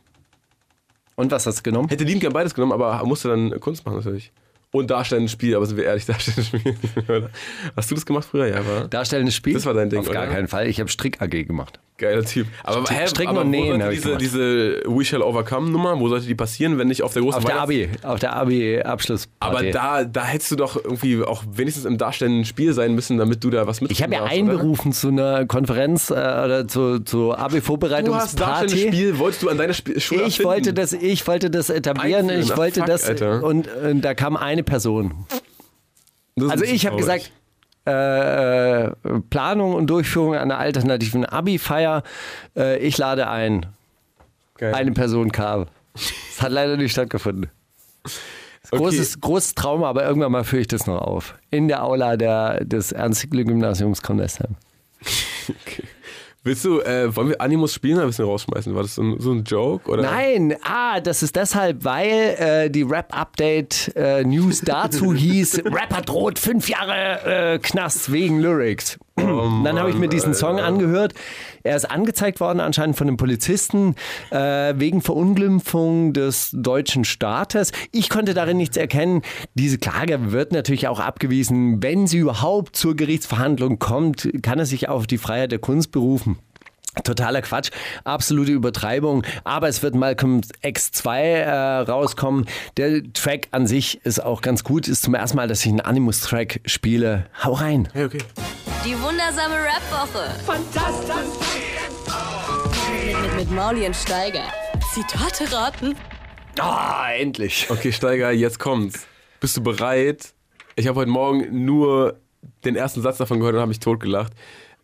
Und was hast du genommen?
Hätte liebend gern beides genommen, aber musste dann Kunst machen natürlich. Und darstellendes Spiel, aber sind wir ehrlich, darstellendes Spiel. Hast du das gemacht früher? Ja, war.
Darstellendes Spiel?
Das war dein Ding,
Auf gar
oder?
keinen Fall. Ich habe Strick AG gemacht.
Geiler Typ. Aber,
Strick-
hä,
Stricken
aber
und
wo
Nähen hab
sollte
ich
diese,
gemacht.
diese We Shall Overcome Nummer, wo sollte die passieren, wenn nicht auf der großen
Auf der
Weihnachts-
Abi, auf der Abi Abschluss.
Aber da, da hättest du doch irgendwie auch wenigstens im darstellenden Spiel sein müssen, damit du da was mit.
ich habe ja einberufen zu einer Konferenz äh, oder zu, zu
Du hast
Abi-Vorbereitungsparty.
darstellendes Spiel, wolltest du an deiner Sp Schule
Ich
erfinden?
wollte, das, ich wollte das etablieren,
Einführen.
ich
Ach,
wollte
fuck,
das
Alter.
und, und da kam eine Person.
Das ist
Also
ein bisschen
ich habe
traurig.
gesagt, äh, äh, Planung und Durchführung einer alternativen Abi-Feier, äh, ich lade ein.
Geil.
Eine Person kam. Es hat leider nicht stattgefunden.
Okay.
Großes, großes Trauma, aber irgendwann mal führe ich das noch auf. In der Aula der, des Ernst-Gymnasiums Kondesheim.
Okay. Willst du, äh, wollen wir Animus spielen oder ein bisschen rausschmeißen? War das so ein, so ein Joke? Oder?
Nein, ah, das ist deshalb, weil äh, die Rap-Update-News dazu hieß, Rapper droht fünf Jahre äh, Knast wegen Lyrics.
Oh
Und dann habe ich mir diesen Song angehört. Er ist angezeigt worden anscheinend von einem Polizisten äh, wegen Verunglimpfung des deutschen Staates. Ich konnte darin nichts erkennen. Diese Klage wird natürlich auch abgewiesen. Wenn sie überhaupt zur Gerichtsverhandlung kommt, kann er sich auf die Freiheit der Kunst berufen. Totaler Quatsch, absolute Übertreibung. Aber es wird Malcolm X2 äh, rauskommen. Der Track an sich ist auch ganz gut. Ist zum ersten Mal, dass ich einen Animus-Track spiele. Hau rein.
Hey, okay.
Die wundersame Rap-Woche.
Mit, mit, mit Maulien Steiger.
Zitate raten.
Ah, endlich.
Okay, Steiger, jetzt kommt's. Bist du bereit? Ich habe heute Morgen nur den ersten Satz davon gehört und habe mich totgelacht.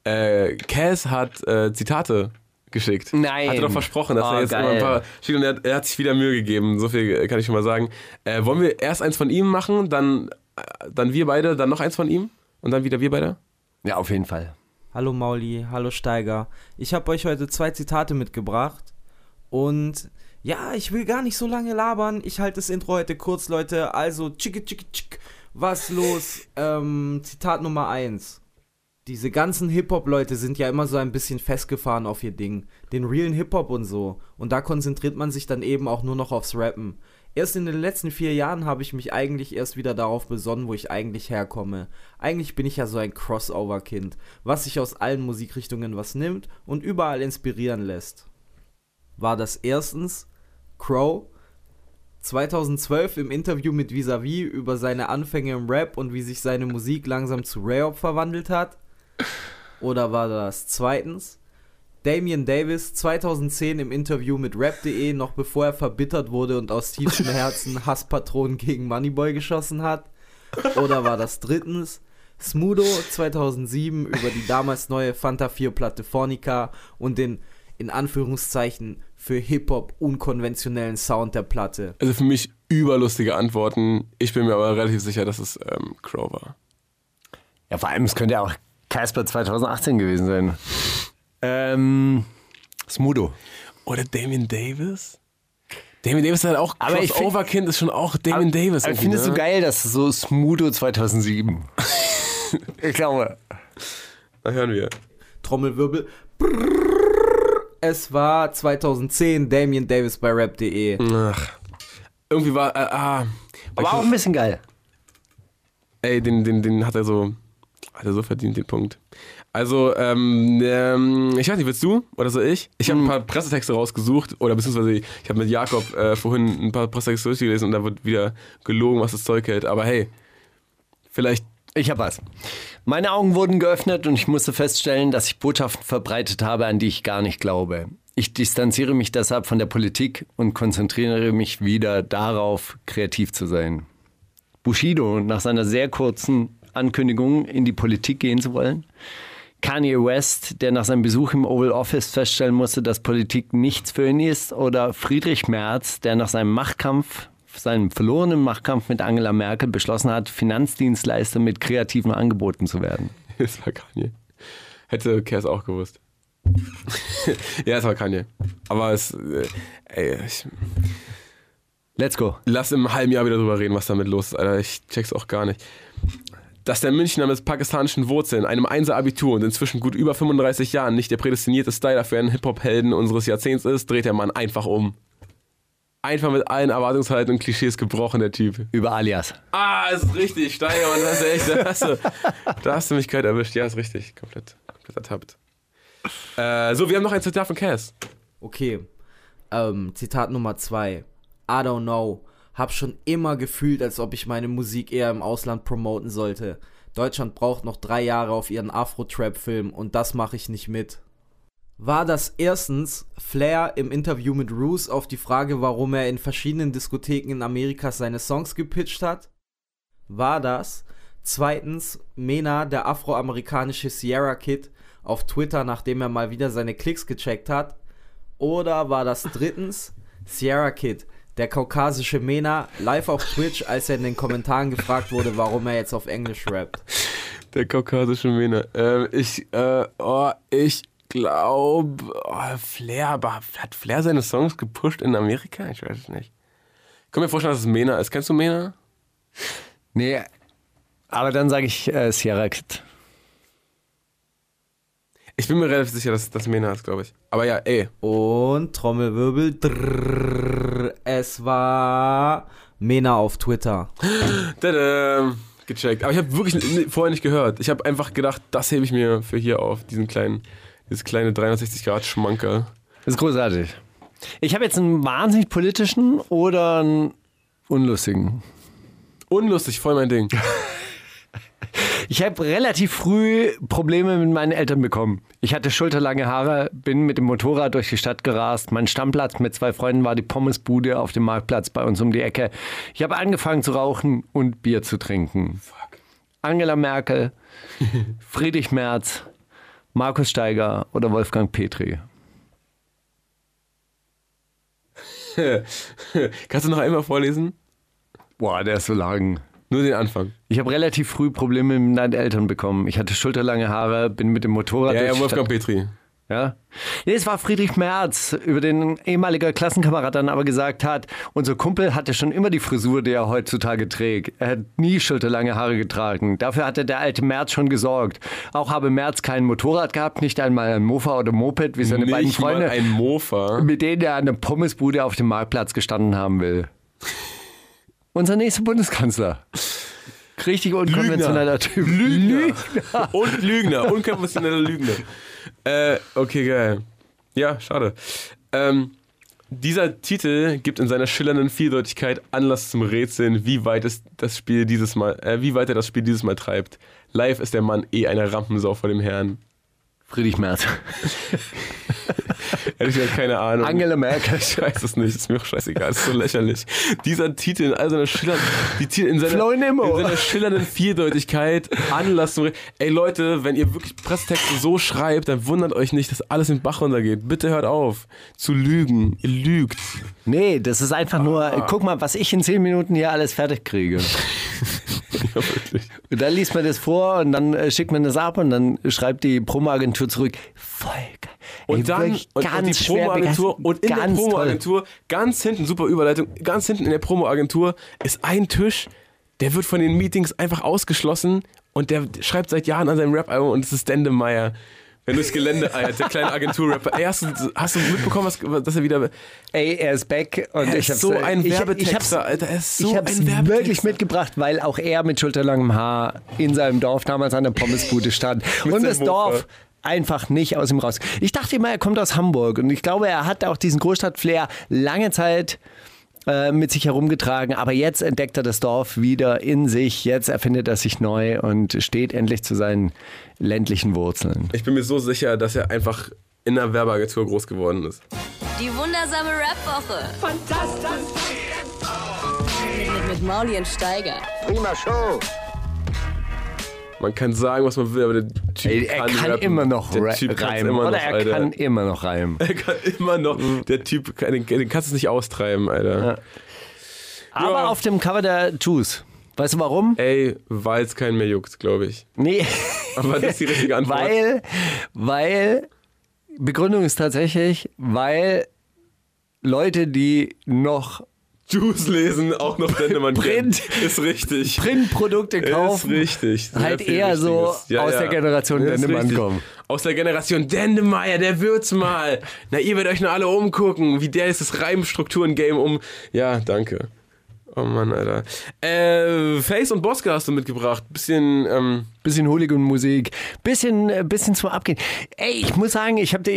Äh, Cass hat äh, Zitate geschickt.
Nein.
Hat er doch versprochen, dass
Oh,
er jetzt
geil.
immer ein paar schickt und er hat, er hat sich wieder Mühe gegeben. So viel äh, kann ich schon mal sagen. Äh, wollen wir erst eins von ihm machen, dann, äh, dann wir beide, dann noch eins von ihm und dann wieder wir beide?
Ja, auf jeden Fall.
Hallo Mauli, hallo Steiger. Ich habe euch heute zwei Zitate mitgebracht. Und ja, ich will gar nicht so lange labern. Ich halte das Intro heute kurz, Leute. Also, tschicke, tschicke, tschick. Was los? Ähm, Zitat Nummer 1. Diese ganzen Hip-Hop-Leute sind ja immer so ein bisschen festgefahren auf ihr Ding. Den realen Hip-Hop und so. Und da konzentriert man sich dann eben auch nur noch aufs Rappen. Erst in den letzten vier Jahren habe ich mich eigentlich erst wieder darauf besonnen, wo ich eigentlich herkomme. Eigentlich bin ich ja so ein Crossover-Kind, was sich aus allen Musikrichtungen was nimmt und überall inspirieren lässt. War das erstens Crow 2012 im Interview mit Visavi über seine Anfänge im Rap und wie sich seine Musik langsam zu Rayop verwandelt hat? Oder war das zweitens Damian Davis 2010 im Interview mit Rap.de, noch bevor er verbittert wurde und aus tiefstem Herzen Hasspatronen gegen Moneyboy geschossen hat? Oder war das drittens Smudo 2007 über die damals neue Fanta 4 Platte Fornica und den in Anführungszeichen für Hip-Hop unkonventionellen Sound der Platte.
Also für mich überlustige Antworten. Ich bin mir aber relativ sicher, dass es ähm, Crow war.
Ja, vor allem, es könnte ja auch Casper 2018 gewesen sein. Ähm, Smudo.
Oder Damien Davis? Damien Davis hat auch
Aber ich find-
Crossover-Kind, ist schon auch Damien Davis.
Aber
irgendwie,
findest
ne?
du geil, dass es so Smudo 2007? ich glaube.
Da hören wir.
Trommelwirbel. Brrrr. Es war 2010 Damien Davis bei rap.de.
Ach. Irgendwie war, äh, ah.
Aber auch ein bisschen geil.
Ey, den, den, den hat er so, hat er so verdient, den Punkt. Also, ähm, ähm, ich weiß nicht, willst du oder soll ich? Ich habe
Hm.
ein paar Pressetexte rausgesucht oder beziehungsweise ich habe mit Jakob äh, vorhin ein paar Pressetexte durchgelesen und da wird wieder gelogen, was das Zeug hält. Aber hey, vielleicht
Ich habe was. Meine Augen wurden geöffnet und ich musste feststellen, dass ich Botschaften verbreitet habe, an die ich gar nicht glaube. Ich distanziere mich deshalb von der Politik und konzentriere mich wieder darauf, kreativ zu sein. Bushido nach seiner sehr kurzen Ankündigung in die Politik gehen zu wollen. Kanye West, der nach seinem Besuch im Oval Office feststellen musste, dass Politik nichts für ihn ist. Oder Friedrich Merz, der nach seinem Machtkampf, seinem verlorenen Machtkampf mit Angela Merkel beschlossen hat, Finanzdienstleister mit kreativen Angeboten zu werden.
Es war Kanye. Hätte Kers auch gewusst. ja, es war Kanye. Aber es. Äh, ey, ich
Let's go.
lass im halben Jahr wieder drüber reden, was damit los ist, Alter. Ich check's auch gar nicht. Dass der Münchner mit pakistanischen Wurzeln, einem Einser-Abitur und inzwischen gut über 35 Jahren nicht der prädestinierte Styler für einen Hip-Hop-Helden unseres Jahrzehnts ist, dreht der Mann einfach um. Einfach mit allen Erwartungshaltungen und Klischees gebrochen, der Typ.
Über Alias.
Ah, ist richtig, Steiger, Mann, das ist echt, da hast, du, da hast du mich kalt erwischt. Ja, ist richtig, komplett, komplett ertappt. Äh, so, wir haben noch ein Zitat von Cass.
Okay. Ähm, Zitat Nummer 2. I don't know. Hab schon immer gefühlt, als ob ich meine Musik eher im Ausland promoten sollte. Deutschland braucht noch drei Jahre auf ihren Afro-Trap-Film und das mache ich nicht mit. War das erstens Flair im Interview mit Roos auf die Frage, warum er in verschiedenen Diskotheken in Amerika seine Songs gepitcht hat? war das zweitens Mena, der afroamerikanische Sierra Kid, auf Twitter, nachdem er mal wieder seine Klicks gecheckt hat? Oder war das drittens Sierra Kid, der kaukasische Mena, live auf Twitch, als er in den Kommentaren gefragt wurde, warum er jetzt auf Englisch rappt?
Der kaukasische Mähne. Ähm, ich, äh, oh, ich glaube, oh, Flair, aber hat Flair seine Songs gepusht in Amerika? Ich weiß es nicht. Ich kann mir vorstellen, dass es Mena ist. Kennst du Mena?
Nee. Aber dann sage ich äh, Sierra Kid.
Ich bin mir relativ sicher, dass das Mena ist, glaube ich. Aber ja, ey,
Und Trommelwirbel. Drrrr, es war Mena auf Twitter.
Tada, gecheckt. Aber ich habe wirklich n- vorher nicht gehört. Ich habe einfach gedacht, das hebe ich mir für hier auf, diesen kleinen, dieses kleine 360 Grad Schmankerl.
Ist großartig. Ich habe jetzt einen wahnsinnig politischen oder einen unlustigen.
Unlustig, voll mein Ding.
Ich habe relativ früh Probleme mit meinen Eltern bekommen. Ich hatte schulterlange Haare, bin mit dem Motorrad durch die Stadt gerast. Mein Stammplatz mit zwei Freunden war die Pommesbude auf dem Marktplatz bei uns um die Ecke. Ich habe angefangen zu rauchen und Bier zu trinken. Angela Merkel, Friedrich Merz, Markus Steiger oder Wolfgang Petri.
Kannst du noch einmal vorlesen?
Boah, der ist so lang.
Nur den Anfang.
Ich habe relativ früh Probleme mit meinen Eltern bekommen. Ich hatte schulterlange Haare, bin mit dem Motorrad
Ja,
durch
ja,
die
Wolfgang
Stadt-
Petri.
Ja. Nee, es war Friedrich Merz, über den ein ehemaliger Klassenkamerad dann aber gesagt hat, unser Kumpel hatte schon immer die Frisur, die er heutzutage trägt. Er hat nie schulterlange Haare getragen. Dafür hatte der alte Merz schon gesorgt. Auch habe Merz kein Motorrad gehabt, nicht einmal ein Mofa oder Moped, wie seine beiden
Nicht mal
Freunde,
ein Mofa.
mit denen er an der Pommesbude auf dem Marktplatz gestanden haben will. Unser nächster Bundeskanzler. Richtig unkonventioneller Typ. Lügner.
Und Lügner, unkonventioneller Lügner. Äh, okay, geil. Ja, schade. Ähm, dieser Titel gibt in seiner schillernden Vieldeutigkeit Anlass zum Rätseln, wie weit es das Spiel dieses Mal, äh, wie weit er das Spiel dieses Mal treibt. Live ist der Mann eh eine Rampensau vor dem Herrn.
Friedrich Merz.
Hätte ich ja keine Ahnung.
Angela Merkel.
Ich weiß es nicht, ist mir auch scheißegal, ist so lächerlich. Dieser Titel in all seiner schillernden, die Titel in seiner,
Flo
in
Nimmo.
seiner schillernden Vieldeutigkeit, Anlass zum Re- Ey Leute, wenn ihr wirklich Presstexte so schreibt, dann wundert euch nicht, dass alles in den Bach runtergeht. Bitte hört auf zu lügen. Ihr lügt.
Nee, das ist einfach nur,
Ah.
guck mal, was ich in zehn Minuten hier alles fertig kriege.
Ja, wirklich.
Und dann liest man das vor und dann äh, schickt man das ab und dann schreibt die Promo-Agentur zurück. Voll geil.
Und
Ey,
dann
wirklich
und, und
ganz
die
schwer
Promo-Agentur
begeistert.
und in
ganz
der
toll.
Promo-Agentur, ganz hinten, super Überleitung, ganz hinten in der Promo-Agentur ist ein Tisch, der wird von den Meetings einfach ausgeschlossen und der schreibt seit Jahren an seinem Rap-Album und es ist Dende Meyer. Wenn durchs Gelände eiert, der kleine Agentur-Rapper. Ey, hast, du- hast du mitbekommen, was, dass er wieder.
Ey, er ist back und
Er
ich
ist
hab's, äh,
so ein
ich- Ich hab's,
Werbetexter, Alter. Er ist so
ich
ein
hab's
Werbetexter.
wirklich mitgebracht, weil auch er mit schulterlangem Haar in seinem Dorf damals an der Pommesbude stand. und
seinem
das
Mofa.
Dorf einfach nicht aus ihm raus. Ich dachte immer, er kommt aus Hamburg und ich glaube, er hat auch diesen Großstadtflair lange Zeit äh, mit sich herumgetragen, aber jetzt entdeckt er das Dorf wieder in sich, jetzt erfindet er sich neu und steht endlich zu seinen ländlichen Wurzeln.
Ich bin mir so sicher, dass er einfach in einer Werbeagentur groß geworden ist.
Die wundersame Rap-Woche. Fantastisch. Mit, mit Mauli und Steiger.
Prima Show.
Man kann sagen, was man will, aber der Typ
Ey, er kann,
rappen.
immer noch
der
ra-
typ kann's
reimen.
immer
Oder
noch,
er
Alter.
kann immer noch reimen.
Er kann immer noch.
Mhm.
Der Typ, kann- den, den kannst du nicht austreiben, Alter.
Aber
Ja. Äh.
auf dem Cover der Juice. Weißt du warum?
Ey, weil es keinen mehr juckt, glaube ich.
Nee.
Aber das ist die richtige Antwort.
weil, weil, Begründung ist tatsächlich, weil Leute, die noch
Juice lesen, auch noch Dendemann
Print.
kennt. Ist richtig.
Printprodukte
Ist
kaufen,
richtig. Sehr
halt
viel
eher so
Richtiges. Ja,
aus
ja.
der Generation
Ja, ist
Dendemann
richtig.
kommen.
Aus der Generation Dendemeier, der wird's mal. Na, ihr werdet euch nur alle umgucken, wie der ist das Reimstrukturen-Game um. Ja, danke. Oh Mann, Alter. Äh, Face und Bosca hast du mitgebracht. Bisschen, ähm,
Bisschen Hooligan-Musik, bisschen, äh, bisschen zum Abgehen. Ey, ich muss sagen, ich habe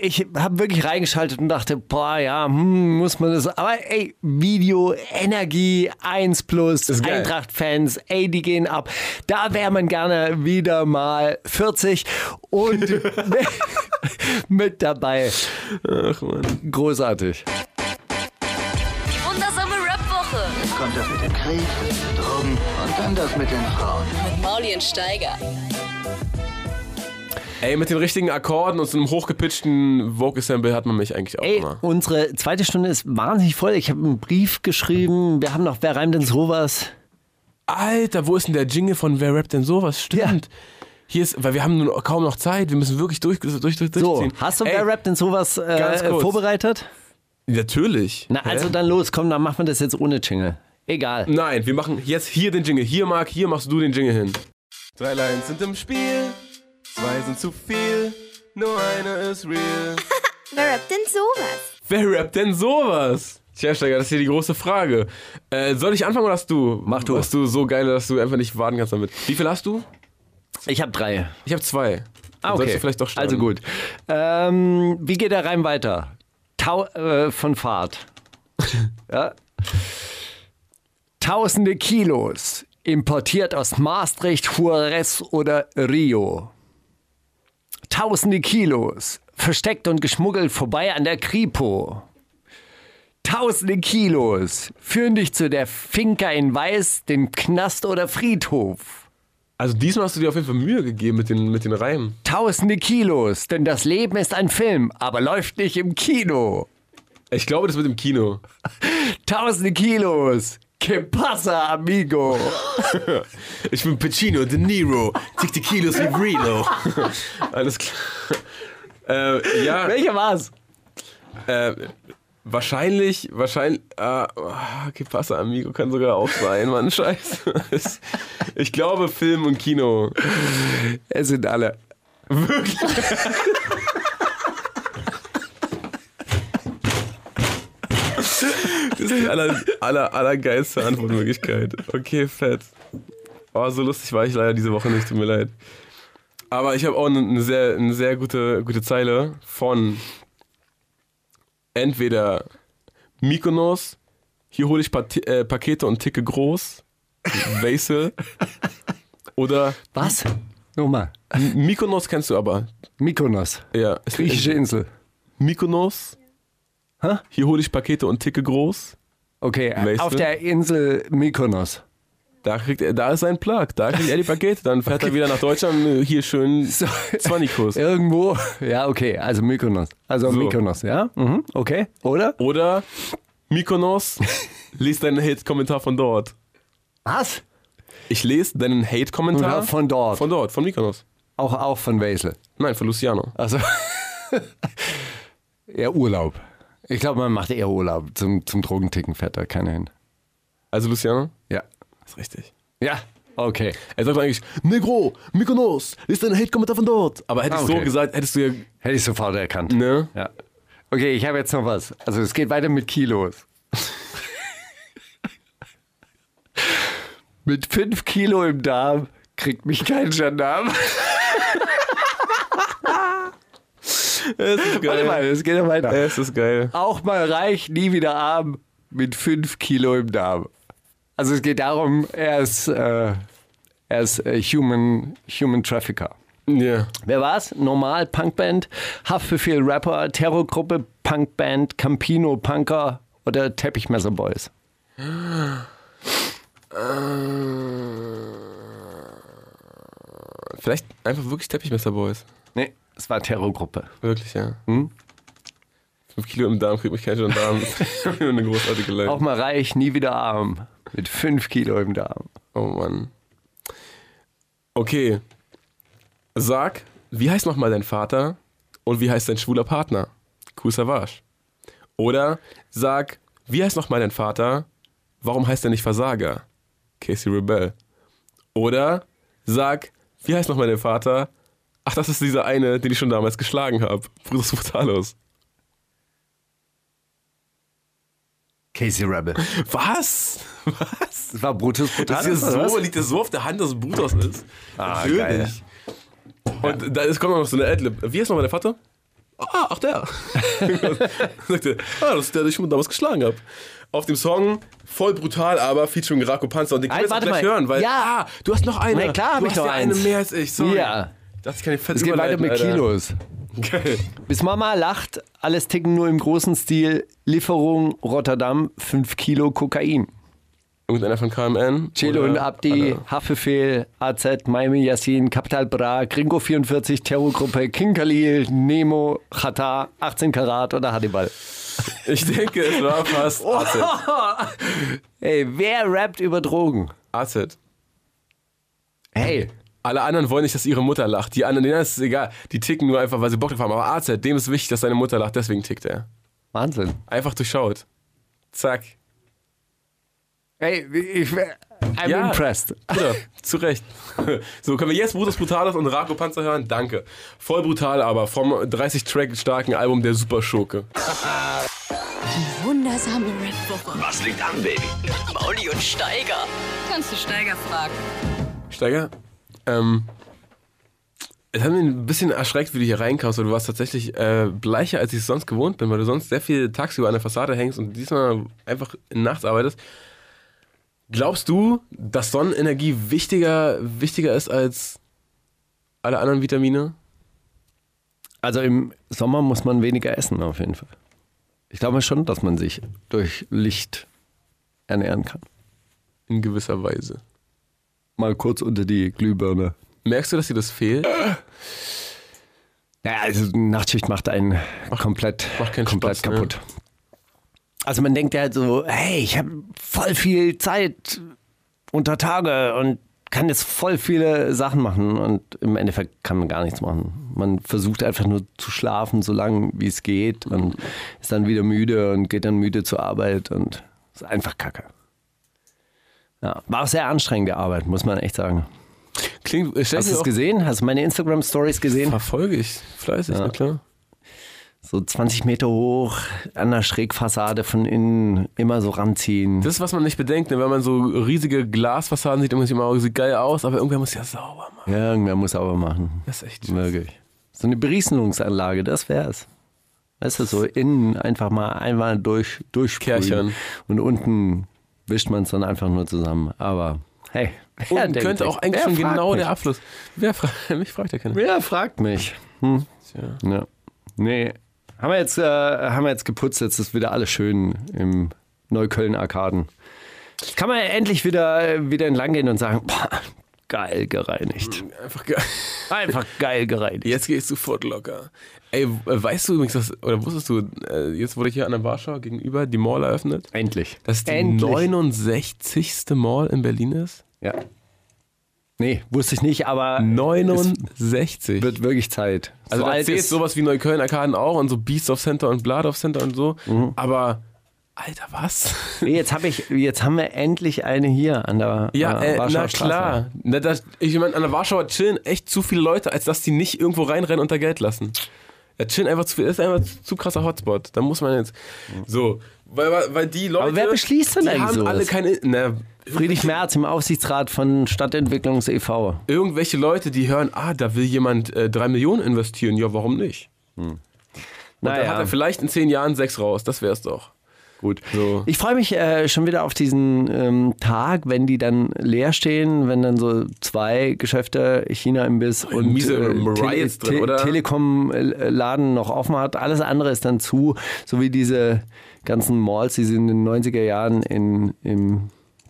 ich hab wirklich reingeschaltet und dachte, boah, ja, hm, muss man das. Aber ey, Video, Energie, 1 plus,
Ist geil.
Eintracht-Fans, ey, die gehen ab. Da wäre man gerne wieder mal 40 und mit- mit dabei.
ach man.
Großartig.
Die wundersame Rap-Woche.
Kommt das mit dem Krieg, Drogen und dann das mit den Frauen.
Mit Mauli und Steiger.
Ey, mit den richtigen Akkorden und so einem hochgepitchten Vogue-Assemble hat man mich eigentlich auch
Ey,
immer.
unsere zweite Stunde ist wahnsinnig voll. Ich habe einen Brief geschrieben. Wir haben noch, wer reimt denn sowas?
Alter, wo ist denn der Jingle von Wer rappt denn sowas? Stimmt. Hier ist, weil wir haben nur kaum noch Zeit, wir müssen wirklich durch, durch, durch,
So,
durchziehen.
hast du
Ey,
Wer Rap denn sowas
ganz
äh,
kurz.
vorbereitet?
Natürlich.
Na, also
Hä?
dann los, komm, dann machen wir das jetzt ohne Jingle. Egal.
Nein, wir machen jetzt hier den Jingle. Hier, Marc, hier machst du den Jingle hin. Drei Lines sind im Spiel, zwei sind zu viel, nur eine ist real.
Wer rappt denn sowas?
Wer rappt denn sowas? Tja, Steiger, das ist hier die große Frage. Äh, soll ich anfangen oder hast du?
Mach du.
Hast du so geil, dass du einfach nicht warten kannst damit. Wie viel hast du?
Ich habe drei.
Ich habe zwei. Dann
Ah,
sollst
okay.
du vielleicht doch starten.
also gut. Ähm, wie geht der Reim weiter? Tau äh, von Fahrt. ja. Tausende Kilos importiert aus Maastricht, Juarez oder Rio. Tausende Kilos versteckt und geschmuggelt vorbei an der Kripo. Tausende Kilos führen dich zu der Finca in Weiß, dem Knast oder Friedhof.
Also diesmal hast du dir auf jeden Fall Mühe gegeben mit den, mit den Reimen.
Tausende Kilos, denn das Leben ist ein Film, aber läuft nicht im Kino.
Ich glaube, das mit dem Kino.
Tausende Kilos. Que pasa, amigo?
Ich bin Pacino, De Niro, tick die Kilos wie Reno. Alles klar. Äh, ja,
Welcher war's?
äh, wahrscheinlich, wahrscheinlich, äh, oh, que pasa, amigo, kann sogar auch sein, Mann, scheiße. Ich glaube, Film und Kino.
Es sind alle.
Das ist die aller, aller, allergeilste Antwortmöglichkeit. Okay, fett. Oh, so lustig war ich leider diese Woche nicht, tut mir leid. Aber ich habe auch eine ne sehr, ne sehr gute, gute Zeile von entweder Mykonos, hier hole ich Pat äh, Pakete und ticke groß, Vaisel, oder
Was? Nochmal.
Mykonos kennst du aber.
Mykonos,
Ja, ist Äh,
griechische Insel.
Mykonos.
Hä?
Hier hole ich Pakete und ticke groß.
Okay,
Weißt
auf
du?
der Insel Mykonos.
Da, kriegt er, da ist sein Plug, da kriegt er die Pakete. Dann fährt er wieder nach Deutschland, äh, hier schön
So.
20-Kurs.
Irgendwo. Ja, okay, also Mykonos. Also
So.
Mykonos, ja? Mhm, okay, oder?
Oder Mykonos, lies deinen Hate-Kommentar von dort.
Was?
Ich lese deinen Hate-Kommentar
Ja, von dort.
Von dort, von Mykonos.
Auch, auch von Wesel.
Nein, von Luciano.
Also eher Urlaub. Ich glaube, man macht eher Urlaub zum, zum Drogenticken fetter, keine hin.
Also Luciano?
Ja.
Ist richtig.
Ja, okay.
Er sagt eigentlich, Negro, Mykonos, lies deinen Hate-Kommentar von dort. Aber hättest
Ah,
du
okay.
so gesagt, hättest du ja,
Hätte ich sofort erkannt.
ne?
Ja. Okay, ich habe jetzt noch was. Also es geht weiter mit Kilos. mit fünf Kilo im Darm kriegt mich kein Gendarm.
Es ist geil.
Warte mal, es geht ja weiter.
Es ist geil.
Auch mal reich, nie wieder arm, mit fünf Kilo im Darm. Also es geht darum, er ist, äh, er ist äh, Human, Human Trafficker.
Ja.
Wer war's? Normal Punkband, Haftbefehl Rapper, Terrorgruppe Punkband, Campino Punker oder Teppichmesser Boys?
Vielleicht einfach wirklich Teppichmesser-Boys.
Nee, es war Terrorgruppe.
Wirklich, ja. Hm? Fünf Kilo im Darm kriegt mich kein Gendarm. Eine großartige Leine.
Auch mal reich, nie wieder arm. Mit fünf Kilo im Darm.
Oh Mann. Okay. Sag, wie heißt nochmal dein Vater und wie heißt dein schwuler Partner? Kusavage. Oder sag, wie heißt nochmal dein Vater? Warum heißt er nicht Versager? Casey Rebell. Oder sag, wie heißt nochmal dein Vater? Ach, das ist dieser eine, den ich schon damals geschlagen habe. Brutus Brutalos.
Casey Rebel.
Was? Was?
Das war Brutus
Das
Brutalis.
ist
oder
so,
was?
liegt das so auf der Hand, dass es Brutus ist.
Ah,
Natürlich.
geil.
Und da ist, kommt noch so eine Adlib. Wie heißt nochmal der Vater? Ah, ach der. Sagt er, ah, das ist der, den ich damals geschlagen habe. Auf dem Song voll brutal, aber featuring Rako Panzer. Und den können
Ey,
wir jetzt auch
warte
gleich
mal.
hören, weil
Ja.
ah, du hast noch eine.
Na klar hab
du
ich
hast
noch
ja
eins.
eine mehr als ich. Sorry.
Ja.
Das kann ich fett
Es geht weiter mit
Alter.
Kilos.
Geil.
Bis Mama lacht, alles ticken nur im großen Stil. Lieferung Rotterdam, 5 Kilo Kokain.
Irgendeiner von KMN.
Chelo
oder
und Abdi,
alle.
Haftbefehl, AZ, Miami Yassin, Capital Bra, Gringo 44, Terrorgruppe, King Khalil, Nemo, Chata, 18 Karat oder Hannibal.
Ich denke, es war fast
Oh.
Acid.
Ey, wer rappt über Drogen?
Acid.
Hey,
Alle anderen wollen nicht, dass ihre Mutter lacht. Die anderen, denen ist es egal. Die ticken nur einfach, weil sie Bock drauf haben. Aber AZ, dem ist wichtig, dass seine Mutter lacht, deswegen tickt er.
Wahnsinn.
Einfach durchschaut. Zack.
Hey, ich, I'm
Ja.
impressed.
Bruder, zu Recht. So, können wir jetzt Brutus Brutalis und Rako Panzer hören? Danke. Voll brutal aber, vom 30-Track starken Album der Super Schurke.
Wundersame Rap-Woche.
Was liegt an, Baby?
Mauli und Steiger. Kannst du Steiger fragen?
Steiger, ähm, es hat mich ein bisschen erschreckt, wie du hier reinkamst, weil du warst tatsächlich äh, bleicher, als ich es sonst gewohnt bin, weil du sonst sehr viel tagsüber an der Fassade hängst und diesmal einfach nachts arbeitest. Glaubst du, dass Sonnenenergie wichtiger, wichtiger ist als alle anderen Vitamine?
Also im Sommer muss man weniger essen, auf jeden Fall. Ich glaube schon, dass man sich durch Licht ernähren kann.
In gewisser Weise.
Mal kurz unter die Glühbirne.
Merkst du, dass dir das fehlt?
Naja, also Nachtschicht macht einen komplett,
macht keinen
komplett
Spaß, ne?
kaputt. Also man denkt ja halt so, hey, ich habe voll viel Zeit unter Tage und kann jetzt voll viele Sachen machen und im Endeffekt kann man gar nichts machen. Man versucht einfach nur zu schlafen, so lange wie es geht und ist dann wieder müde und geht dann müde zur Arbeit und ist einfach Kacke. Ja, war auch sehr anstrengende Arbett, muss man echt sagen.
Klingt, äh, stell
Hast
dir
du es
auch-
gesehen? Hast du meine Instagram-Stories gesehen?
Verfolge ich fleißig, na klar.
So 20 Meter hoch, an der Schrägfassade von innen, immer so ranziehen.
Das ist, was man nicht bedenkt, ne? wenn man so riesige Glasfassaden sieht, denkt man sich immer, oh, sieht geil aus, aber irgendwer muss ja sauber machen.
Ja, irgendwer muss aber machen.
Das ist echt schön.
Wirklich. So eine Berieselungsanlage, das wär's. Weißt du, so innen einfach mal einmal durch, durchsprühen.
Kärchern.
Und unten wischt man es dann einfach nur zusammen. Aber hey, wer
Und
denkt
könnte
sich-
auch eigentlich
wer
schon
fragt
genau
mich?
der Abfluss. Wer fra mich fragt ja keiner.
Wer fragt mich? Hm.
Tja.
Ja. Nee, Haben wir jetzt, äh, haben wir jetzt geputzt, jetzt ist wieder alles schön im Neukölln-Arkaden. Jetzt kann man endlich wieder, wieder entlang gehen und sagen, boah, geil gereinigt.
Einfach geil.
Einfach geil gereinigt.
Jetzt gehe ich sofort locker. Ey, äh, weißt du übrigens, dass, oder wusstest du, äh, jetzt wurde hier an der Warschau gegenüber die Mall eröffnet,
Endlich.
dass die
Endlich.
69. Mall in Berlin ist?
Ja. Nee, wusste ich nicht, aber
69.
es wird wirklich Zeit.
also
so
da
alt
zählt
ist
sowas wie Neukölln Arkaden auch und so Beast of Center und Blood of Center und so. Aber, Alter, was?
Mhm. Nee, jetzt, hab ich, jetzt haben wir endlich eine hier an der
Ja,
äh,
äh,
Warschauer
na
Straße.
klar. Na, das, ich meine, an der Warschauer chillen echt zu viele Leute, als dass die nicht irgendwo reinrennen und da Geld lassen. Ja, chillen einfach zu viel, ist einfach zu, zu krasser Hotspot. Da muss man jetzt. So, weil, weil- weil die Leute.
wer beschließt denn
die
eigentlich
haben
sowas?
alle keine. Na,
Friedrich Merz im Aufsichtsrat von Stadtentwicklungs e e.V.
irgendwelche Leute, die hören, ah, da will jemand äh, 3 Millionen investieren. Ja, warum nicht? Und dann hat
Naja,
er vielleicht in 10 Jahren 6 raus. Das wär's doch.
gut.
So.
Ich freue mich äh, schon wieder auf diesen ähm, Tag, wenn die dann leer stehen, wenn dann so zwei Geschäfte, China Imbiss und äh,
miese Mariahs drin, oder?
Telekom-Laden noch offen hat. Alles andere ist dann zu, so wie diese ganzen Malls, die sie in den 90er Jahren in, im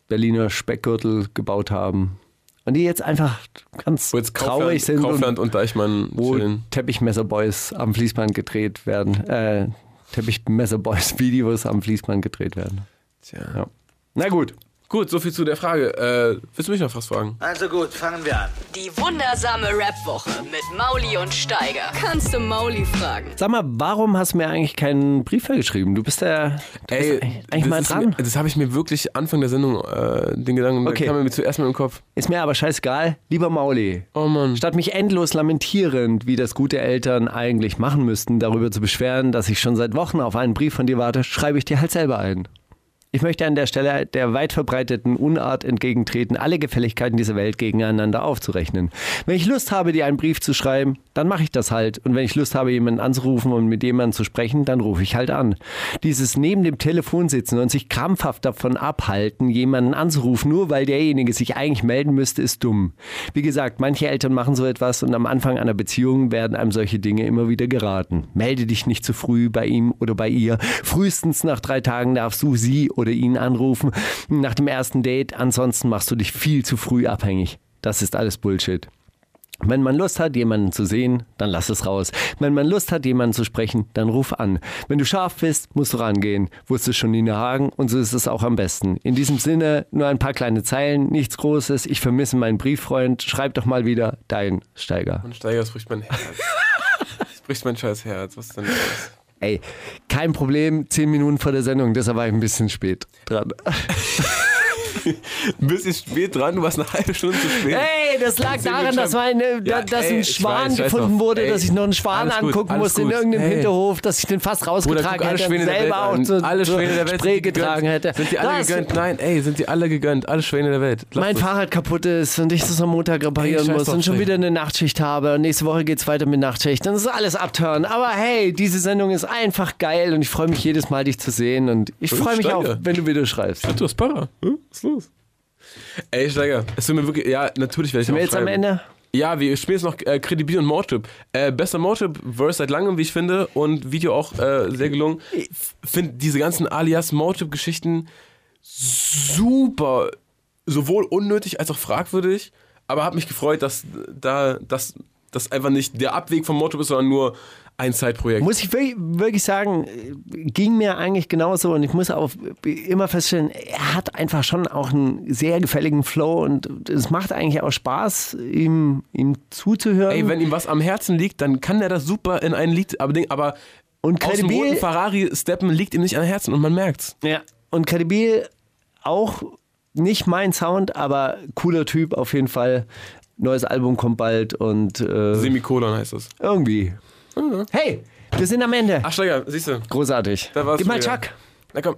Berliner Speckgürtel gebaut haben. Und die jetzt einfach ganz
Wo jetzt
traurig
Kaufland,
sind und
Kaufland und Deichmann
wo
chillen.
Teppichmesserboys am Fließband gedreht werden. Äh, Teppichmesserboys-Videos am Fließband gedreht werden.
Tja.
Ja. Na gut.
Gut, soviel zu der Frage. Äh, willst du mich noch was fragen?
Also gut, fangen wir an.
Die wundersame Rap-Woche mit Mauli und Steiger. Kannst du Mauli fragen?
Sag mal, warum hast du mir eigentlich keinen Brief geschrieben? Du bist ja du
Ey,
bist eigentlich
das
mal
ist
dran.
Mir, das habe ich mir wirklich Anfang der Sendung äh, den Gedanken, okay.
Okay.
der kam mir zuerst mal im Kopf.
Ist mir aber scheißegal. Lieber Mauli,
Oh Mann.
statt mich endlos lamentierend, wie das gute Eltern eigentlich machen müssten, darüber zu beschweren, dass ich schon seit Wochen auf einen Brief von dir warte, schreibe ich dir halt selber einen. Ich möchte an der Stelle der weit verbreiteten Unart entgegentreten, alle Gefälligkeiten dieser Welt gegeneinander aufzurechnen. Wenn ich Lust habe, dir einen Brief zu schreiben, dann mache ich das halt. Und wenn ich Lust habe, jemanden anzurufen und mit jemandem zu sprechen, dann rufe ich halt an. Dieses neben dem Telefon sitzen und sich krampfhaft davon abhalten, jemanden anzurufen, nur weil derjenige sich eigentlich melden müsste, ist dumm. Wie gesagt, manche Eltern machen so etwas und am Anfang einer Beziehung werden einem solche Dinge immer wieder geraten. Melde dich nicht zu früh bei ihm oder bei ihr. Frühestens nach drei Tagen darfst du sie oder ihn anrufen. Nach dem ersten Date, ansonsten machst du dich viel zu früh abhängig. Das ist alles Bullshit. Wenn man Lust hat, jemanden zu sehen, dann lass es raus. Wenn man Lust hat, jemanden zu sprechen, dann ruf an. Wenn du scharf bist, musst du rangehen. Wusste schon Nina Hagen und so ist es auch am besten. In diesem Sinne nur ein paar kleine Zeilen, nichts Großes. Ich vermisse meinen Brieffreund. Schreib doch mal wieder dein Steiger.
Mann, Steiger, das bricht mein Herz. das bricht mein scheiß Herz. Was ist denn los?
Ey, kein Problem, zehn Minuten vor der Sendung, deshalb war ich ein bisschen spät dran.
Ein bisschen spät dran, du warst eine halbe Stunde zu spät.
Ey, das lag
Zehn
daran,
Minuten
dass, meine,
Ja,
dass
ey,
ein
ich
Schwan
weiß, scheiß
gefunden
drauf.
wurde,
Ey,
dass ich noch einen Schwan
alles gut,
angucken
alles
musste in
gut.
irgendeinem
Hey.
Hinterhof, dass ich den fast rausgetragen
alle
hätte
Schwäne
und
der Welt
selber auch
an.
zu,
alle
zur
Schwäne der Welt
Spree
sind die
getragen
gegönnt.
hätte.
Sind die alle
Das-
gegönnt? Nein, ey, sind die alle gegönnt? Alle Schwäne der Welt. Lass
mein
das.
Fahrrad kaputt ist und ich das am Montag reparieren
Ey, scheiß
muss
drauf,
und schon
Digga.
wieder eine Nachtschicht habe und nächste Woche geht's weiter mit Nachtschicht, dann ist alles abtören. Aber hey, diese Sendung ist einfach geil und ich freue mich jedes Mal, dich zu sehen und ich
Und
freue mich auch,
Steiger.
wenn du wieder schreibst.
Du hast Para. Hm? Was ist los? Ey, Steiger, es tut mir wirklich. Ja, natürlich werde ich
Sind wir
auch
jetzt am
schreiben.
Ende?
Ja, wir spielen jetzt noch äh, Kredibil und Mordtrip. Äh, bester Mordtrip-Verse seit langem, wie ich finde, und Video auch äh, sehr gelungen. F- Find diese ganzen alias Mordtrip-Geschichten super, sowohl unnötig als auch fragwürdig, aber habe mich gefreut, dass da das dass einfach nicht der Abweg von Mordtrip ist, sondern nur ein Zeitprojekt.
Muss ich wirklich, wirklich sagen, äh, ging mir eigentlich genauso und ich muss auch immer feststellen, er hat einfach schon auch einen sehr gefälligen Flow und es macht eigentlich auch Spaß, ihm, ihm zuzuhören.
Ey, wenn ihm was am Herzen liegt, dann kann er das super in ein Lied, aber, Ding- aber
und
aus dem
kredibil,
roten Ferrari steppen liegt ihm nicht am Herzen und man merkt's.
ja, und kredibil auch nicht mein Sound, aber cooler Typ auf jeden Fall. Neues Album kommt bald und äh,
Semikolon heißt es.
irgendwie. Hey, wir sind am Ende.
Mhm. Ach, Steiger, siehst du.
Großartig.
Da war's
Gib mal
wieder.
Chuck.
Na komm.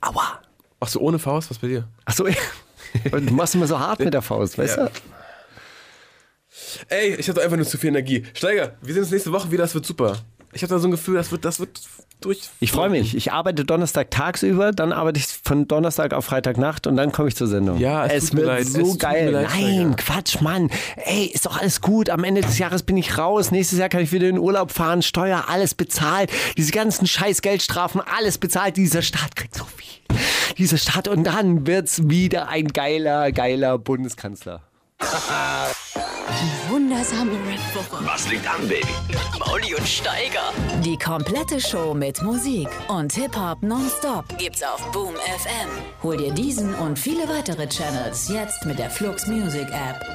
Aua.
Machst du ohne Faust? Was bei dir?
Achso, und du machst immer so hart mit der Faust, weißt
Ja.
du?
Ey, ich hatte einfach nur zu viel Energie. Steiger, wir sehen uns nächste Woche wieder, das wird super. Ich habe da so ein Gefühl, das wird, das wird, durch.
Ich freue mich. Ich arbeite Donnerstag tagsüber, dann arbeite ich von Donnerstag auf Freitagnacht und dann komme ich zur Sendung.
Ja, es
es
tut mir
wird
leid,
so
es tut
geil.
mir leid, Steiger.
Nein, Quatsch, Mann. Ey, ist doch alles gut. Am Ende des Jahres bin ich raus. Nächstes Jahr kann ich wieder in Urlaub fahren, Steuer, alles bezahlt. Diese ganzen scheiß Geldstrafen, alles bezahlt. Dieser Staat kriegt so viel. Dieser Staat und dann wird's wieder ein geiler, geiler Bundeskanzler.
Wundersame Rap-Woche.
Mit Mauli und Steiger.
Die komplette Show mit Musik und Hip-Hop nonstop gibt's auf Boom FM. Hol dir diesen und viele weitere Channels jetzt mit der Flux Music App.